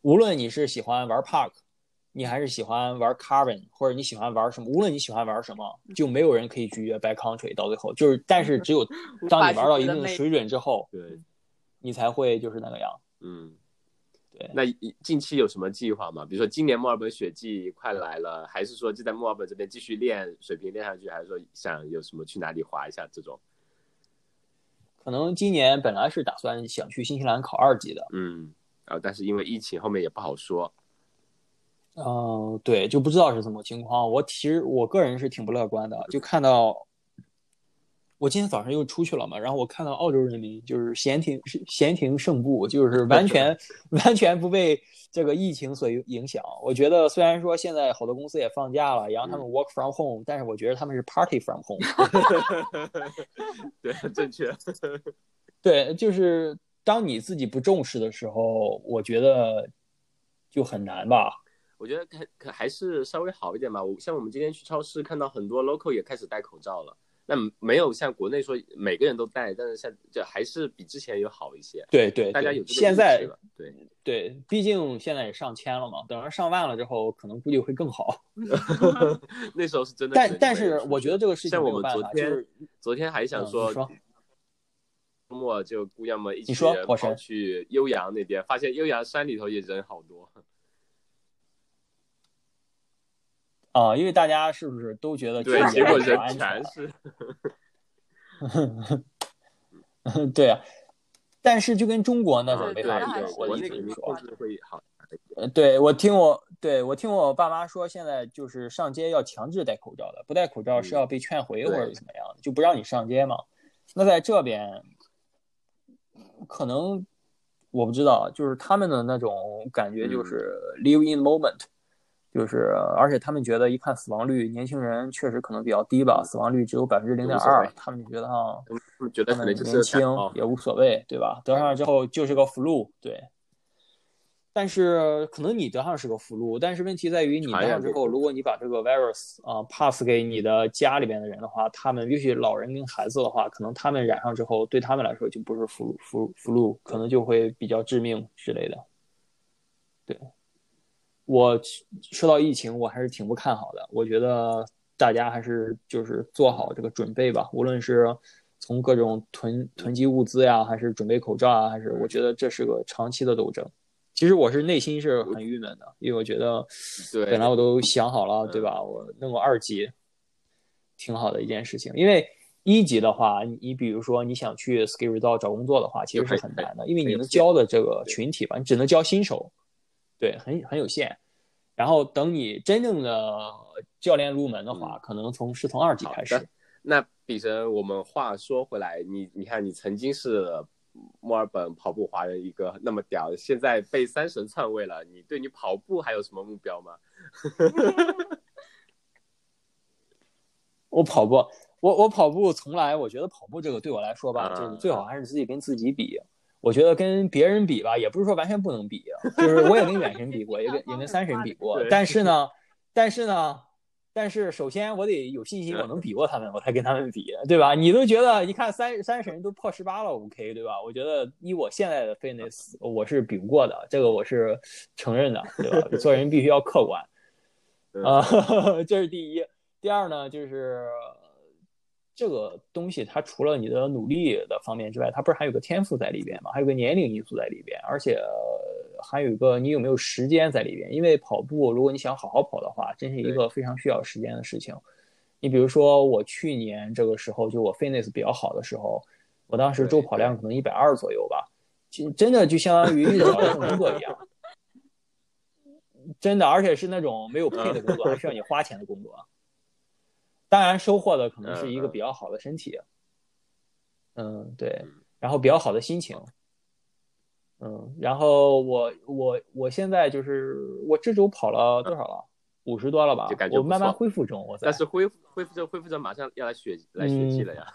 Speaker 3: 无论你是喜欢玩 park，你还是喜欢玩 carving，或者你喜欢玩什么，无论你喜欢玩什么，
Speaker 2: 嗯
Speaker 3: 就没有人可以拒绝 backcountry 到最后。就是，但是只有
Speaker 2: <laughs> 无
Speaker 3: 当
Speaker 2: 法
Speaker 3: 你玩到
Speaker 2: 拒
Speaker 3: 一
Speaker 2: 绝的
Speaker 3: 定的
Speaker 2: 魅
Speaker 3: 水准之后，
Speaker 1: 对，
Speaker 3: 你才会就是那个样。
Speaker 1: 嗯，
Speaker 3: 对
Speaker 1: 那一近期有什么计划吗？比如说今年墨尔本雪季快来了，还是说就在墨尔本这边继续练水平练上去，还是说想有什么去哪里滑一下这种？
Speaker 3: 可能今年本来是打算想去新西兰考二级的，
Speaker 1: 嗯，啊，但是因为疫情后面也不好说。 <laughs>
Speaker 3: 嗯、对，就不知道是什么情况。我其实我个人是挺不乐观的，就看到。我今天早上又出去了嘛，然后我看到澳洲人民就是闲庭闲庭胜
Speaker 1: <laughs>
Speaker 3: 步，就是完全完全不被这个疫情所影响。我觉得虽然说现在好多公司也放假了，然后他
Speaker 1: 嗯
Speaker 3: 们 work from home，但是我觉得他们是 party from home。 <laughs>
Speaker 1: 对，正确。 <laughs>
Speaker 3: 对，就是当你自己不重视的时候，我觉得就很难吧。
Speaker 1: 我觉得可可还是稍微好一点吧。我像我们今天去超市看到很多 local 也开始戴口罩了，那没有像国内说每个人都戴，但是像这还是比之前有好一些。
Speaker 3: 对对，
Speaker 1: 大家
Speaker 3: 对
Speaker 1: 有这个
Speaker 3: 现
Speaker 1: 意
Speaker 3: 在
Speaker 1: 识了，对， <laughs>
Speaker 3: 对，毕竟现在也上千了嘛，等着上万了之后，可能估计会更好。
Speaker 1: 那时候是真的。
Speaker 3: 但但是我觉得这个事情
Speaker 1: 像
Speaker 3: 没
Speaker 1: 我
Speaker 3: 有
Speaker 1: 们
Speaker 3: 办
Speaker 1: 昨
Speaker 3: 法，就
Speaker 1: 天
Speaker 3: 是
Speaker 1: 昨天还想
Speaker 3: 嗯
Speaker 1: 说
Speaker 3: 你说
Speaker 1: 周末就姑娘们一起
Speaker 3: 你说火神
Speaker 1: 跑去悠扬那边，发现悠扬山里头也人好多。
Speaker 3: 啊、因为大家是不呃是都觉得
Speaker 1: 对
Speaker 3: 去，
Speaker 1: 结果
Speaker 3: 比较
Speaker 1: 人
Speaker 3: 安
Speaker 1: 全
Speaker 3: 全？
Speaker 1: 是。
Speaker 3: <laughs> 对啊，但是就跟中国那种
Speaker 1: 嗯对
Speaker 3: 没
Speaker 1: 对
Speaker 3: 法比
Speaker 2: 还
Speaker 3: 的
Speaker 2: 是，
Speaker 3: 我
Speaker 1: 国
Speaker 3: 的
Speaker 1: 内
Speaker 3: 意思
Speaker 1: 肯
Speaker 3: 是
Speaker 1: 定
Speaker 3: 说
Speaker 1: 控，制会好。
Speaker 3: 呃，对我听我对我听我爸妈说，现在就是上街要强制戴口罩的，不戴口罩是要被劝
Speaker 1: 嗯
Speaker 3: 回或
Speaker 1: 对
Speaker 3: 者怎么样的，就不让你上街嘛。那在这边，可能我不知道，就是他们的那种感觉就
Speaker 1: 嗯
Speaker 3: 是 live in moment，、就是而且他们觉得一看死亡率，年轻人确实可能比较低吧，死亡率只有百分之零点
Speaker 1: 嗯无所
Speaker 3: 二
Speaker 1: 谓，
Speaker 3: 他们觉得啊，
Speaker 1: 他们嗯觉得
Speaker 3: 他
Speaker 1: 可
Speaker 3: 们
Speaker 1: 能就是哦感
Speaker 3: 年轻
Speaker 1: 冒
Speaker 3: 也无所谓，对吧？得上了之后就是个 flu，对。但是可能你得上是个 flu，但是问题在于你
Speaker 1: 传
Speaker 3: 得
Speaker 1: 染
Speaker 3: 上之
Speaker 1: 这
Speaker 3: 后，
Speaker 1: 个
Speaker 3: 如果你把这个 virus 啊、pass 给你的家里边的人的话，他们尤其老人跟孩子的话，可能他们染上之后，对他们来说就不是 flu flu flu，可能就会比较致命之类的。对，我说到疫情，我还是挺不看好的。我觉得大家还是就是做好这个准备吧，无论是从各种囤囤积物资呀，还是准备口罩啊，还是我觉得这是个长期的斗争。其实我是内心是很郁闷的，因为我觉得
Speaker 1: 对
Speaker 3: 本来我都想好了，
Speaker 1: 嗯
Speaker 3: 对吧？我弄个二级，挺好的一件事情。因为一级的话，你你比如说你想去 ski resort 找工作的话，其实是很难的，因为你能教的这个群体吧，你只能教新手，对，很很有限。然后等你真正的教练入门的话，可能从是从二级开
Speaker 1: 嗯好
Speaker 3: 始
Speaker 1: 的。那比神，我们话说回来，你你看，你曾经是墨尔本跑步华人一哥，那么屌，现在被三神篡位了，你对你跑步还有什么目标吗？ <laughs>
Speaker 3: 我跑步，我我跑步从来，我觉得跑步这个对我来说吧，
Speaker 1: 啊
Speaker 3: 就是最好还是自己跟自己比。我觉得跟别人比吧，也不是说完全不能比，就是我也跟远神比过，也跟也跟三神比过
Speaker 1: 对，
Speaker 3: 但是呢，但是呢，但是首先我得有信心，
Speaker 1: 嗯
Speaker 3: 我能比过他们，我才跟他们比，对吧？你都觉得，一看三三神都破十八了，OK，对吧？我觉得以我现在的 fitness，我是比不过的，这个我是承认的，对吧？做人必须要客观。啊， <laughs> 这是第一。第二呢，就是这个东西，它除了你的努力的方面之外，它不是还有个天赋在里边嘛，还有个年龄因素在里边，而且呃还有一个你有没有时间在里边。因为跑步，如果你想好好跑的话，真是一个非常需要时间的事情。你比如说，我去年这个时候，就我 fitness 比较好的时候，我当时周跑量可能一百二左右吧，就真的就相当于一直找一份工作一样。真的，而且是那种没有配的工作，还需要你花钱的工作。当然，收获的可能是一
Speaker 1: 嗯
Speaker 3: 个比较好的身体，嗯，对，然后比较好的心情，嗯，然后我我我现在就是我这周跑了多少了？五十多了吧
Speaker 1: 就感？觉
Speaker 3: 我
Speaker 1: 不
Speaker 3: 慢慢
Speaker 1: 错
Speaker 3: 恢复中，我在嗯
Speaker 1: 但。是恢复恢复着恢复着，马上要来雪来雪季了呀。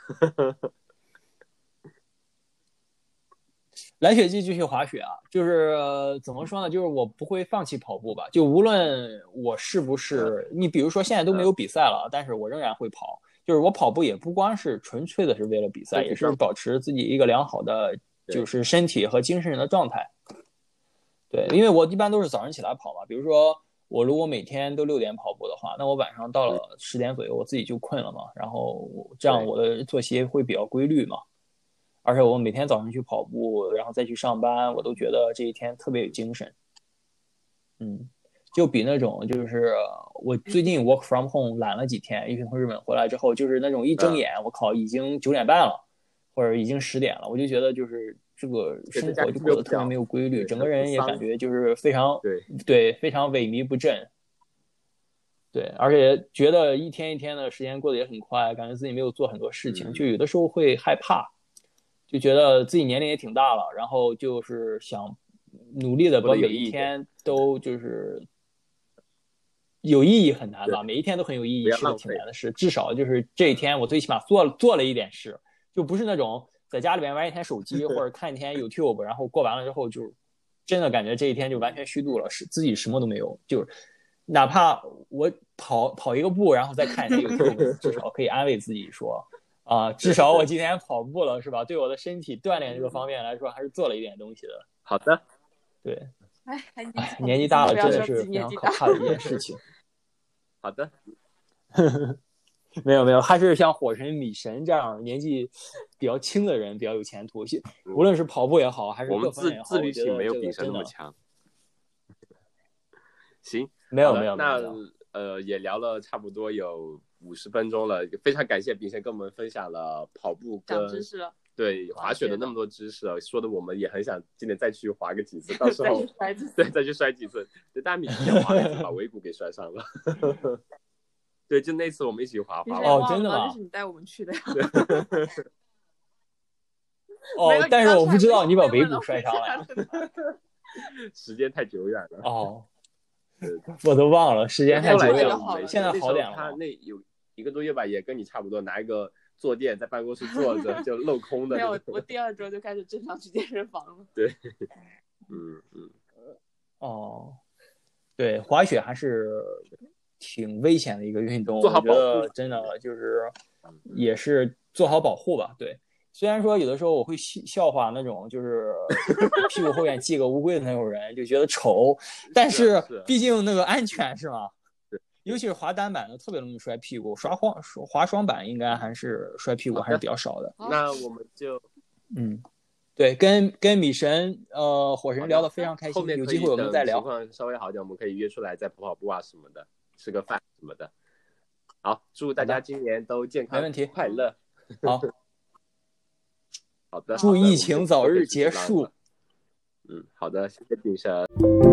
Speaker 3: 蓝雪季继续滑雪啊，就是、呃怎么说呢？就是我不会放弃跑步吧，就无论我是不是
Speaker 1: 嗯
Speaker 3: 你，比如说现在都没有比赛了，但是我仍然会跑。就是我跑步也不光是纯粹的是为了比赛，
Speaker 1: 对
Speaker 3: 也是保持自己一个良好的
Speaker 1: 对
Speaker 3: 就是身体和精神的状态。对，因为我一般都是早上起来跑嘛，比如说我如果每天都六点跑步的话，那我晚上到了十点左右，我自己就困了嘛，然后我这样
Speaker 1: 对
Speaker 3: 我的作息会比较规律嘛。而且我每天早上去跑步，然后再去上班，我都觉得这一天特别有精神。嗯，就比那种就是我最近 work from home 懒了几天，因为从日本回来之后，就是那种一睁眼，我靠，已经九点半了，或者已经十点了，我就觉得就是这个生活就过得特别没有规律，整个人也感觉就是非常
Speaker 1: 对，
Speaker 3: 对，非常萎靡不振。对，而且觉得一天一天的时间过得也很快，感觉自己没有做很多事情，
Speaker 1: 嗯
Speaker 3: 就有的时候会害怕，就觉得自己年龄也挺大了，然后就是想努力的把
Speaker 1: 过得
Speaker 3: 每
Speaker 1: 有意义
Speaker 3: 一
Speaker 1: 一
Speaker 3: 天都就是有意义很难吧，
Speaker 1: 对
Speaker 3: 每一天都很有意义
Speaker 1: 不要
Speaker 3: 是个
Speaker 1: 浪
Speaker 3: 挺
Speaker 1: 费
Speaker 3: 难的事，至少就是这一天我最起码做了做了一点事，就不是那种在家里面玩一天手机或者看一天 YouTube，然后过完了之后就真的感觉这一天就完全虚度了，是自己什么都没有，就是哪怕我跑跑一个步，然后再
Speaker 1: <laughs>
Speaker 3: 看一天 YouTube，至少可以安慰自己说啊、至少我今天跑步了是吧？对我的身体锻炼这个方面来说，还是做了一点东西的。
Speaker 1: 好的，
Speaker 3: 对，
Speaker 2: 哎，还年
Speaker 3: 哎
Speaker 2: 纪，
Speaker 3: 年纪大了
Speaker 2: 不要
Speaker 3: 真
Speaker 2: 说
Speaker 3: 的
Speaker 2: 自
Speaker 3: 是
Speaker 2: 己
Speaker 3: 非
Speaker 2: 年
Speaker 3: 常
Speaker 2: 纪
Speaker 3: 可
Speaker 2: 大。
Speaker 3: 怕的一件事情。
Speaker 1: 好的，
Speaker 3: 没有没有，还是像火神、米神这样年纪比较轻的人比较有前途。其无论是跑步也好，还
Speaker 1: 嗯
Speaker 3: 是
Speaker 1: 我
Speaker 3: 各
Speaker 1: 们
Speaker 3: 方面
Speaker 1: 自
Speaker 3: 也好，
Speaker 1: 自
Speaker 3: 我
Speaker 1: 律
Speaker 3: 觉
Speaker 1: 性
Speaker 3: 得
Speaker 1: 没有
Speaker 3: 这个
Speaker 1: 比神那
Speaker 3: 真的
Speaker 1: 么强。行，
Speaker 3: 没有
Speaker 1: 好的
Speaker 3: 没有没有
Speaker 1: 那
Speaker 3: 没有。
Speaker 1: 呃也聊了差不多有五十分钟了，非常感谢炳生跟我们分享了跑步跟
Speaker 2: 长知识了，
Speaker 1: 对
Speaker 2: 滑
Speaker 1: 滑雪
Speaker 2: 雪
Speaker 1: 的
Speaker 2: 的
Speaker 1: 那么多知识，啊说的我们也很想今年再去滑个几
Speaker 3: <laughs>
Speaker 1: 次，到时
Speaker 2: 再
Speaker 1: 候
Speaker 2: 去摔自己。
Speaker 1: 对再去摔几次。对，大米之前滑了一次，把尾骨给摔伤了。 <laughs> 对，就那次我们一起
Speaker 3: <laughs>
Speaker 1: 滑
Speaker 2: 你
Speaker 1: 滑
Speaker 2: 是
Speaker 1: 完
Speaker 3: 哦
Speaker 2: 忘了
Speaker 3: 真的
Speaker 2: 吗
Speaker 3: 吗
Speaker 2: 那是你带我们去的呀。
Speaker 3: 哦
Speaker 2: 没有，
Speaker 3: 但是哦我
Speaker 2: 你
Speaker 3: 不知道你把
Speaker 2: 当时还
Speaker 3: 尾
Speaker 2: 问了 <laughs>
Speaker 3: 骨摔伤了
Speaker 1: <laughs>
Speaker 3: 呀。
Speaker 2: 了。
Speaker 1: 时间太久远了。
Speaker 3: 哦
Speaker 1: 对，
Speaker 3: 我都忘了，时间太
Speaker 1: 后
Speaker 3: 久
Speaker 1: 来
Speaker 3: 远
Speaker 1: 就
Speaker 3: 了。
Speaker 1: 没事
Speaker 3: 现在好点
Speaker 1: 那时
Speaker 3: 了
Speaker 1: 候他那有一个多月吧，也跟你差不多，拿一个坐垫在办公室坐着，就镂空的
Speaker 2: 没有
Speaker 1: 那
Speaker 2: 我，我
Speaker 1: 种。
Speaker 2: 第二周就开始正常去健身房了。
Speaker 1: 嗯嗯，
Speaker 3: 哦，对，滑雪还是挺危险的一个运动，
Speaker 1: 做好
Speaker 3: 我
Speaker 1: 保
Speaker 3: 觉
Speaker 1: 护
Speaker 3: 得真的就是
Speaker 1: 嗯
Speaker 3: 也是做好保护吧。对，虽然说有的时候我会笑笑话那种就是
Speaker 1: <laughs>
Speaker 3: 屁股后面系个乌龟的那种人，就觉得丑，但
Speaker 1: 是
Speaker 3: 是
Speaker 1: 啊是啊
Speaker 3: 毕竟那个安全是吗
Speaker 1: 对？
Speaker 3: 尤其是滑单板的，特别容易摔屁股；刷滑滑双板应该还是摔屁股
Speaker 1: 好的
Speaker 3: 还是比较少的。
Speaker 2: 好
Speaker 1: 那我们就
Speaker 3: 嗯，对，跟跟米神呃火
Speaker 1: 好
Speaker 3: 神
Speaker 1: 的
Speaker 3: 聊得非常开
Speaker 1: 后
Speaker 3: 心，
Speaker 1: 面
Speaker 3: 有
Speaker 1: 可
Speaker 3: 机
Speaker 1: 以
Speaker 3: 会我们
Speaker 1: 等
Speaker 3: 再聊
Speaker 1: 情。况稍微好点，我们可以约出来再跑跑步啊什么的，吃个饭什么的。好，祝大家今年都健康，
Speaker 3: 没问题
Speaker 1: 快乐。
Speaker 3: 好。
Speaker 1: 好的，
Speaker 3: 祝
Speaker 1: <laughs> 好的
Speaker 3: 疫情早日
Speaker 1: 我
Speaker 3: 结。
Speaker 1: 们就可以
Speaker 3: 束
Speaker 1: 去浪了嗯，好的，谢谢鼎神。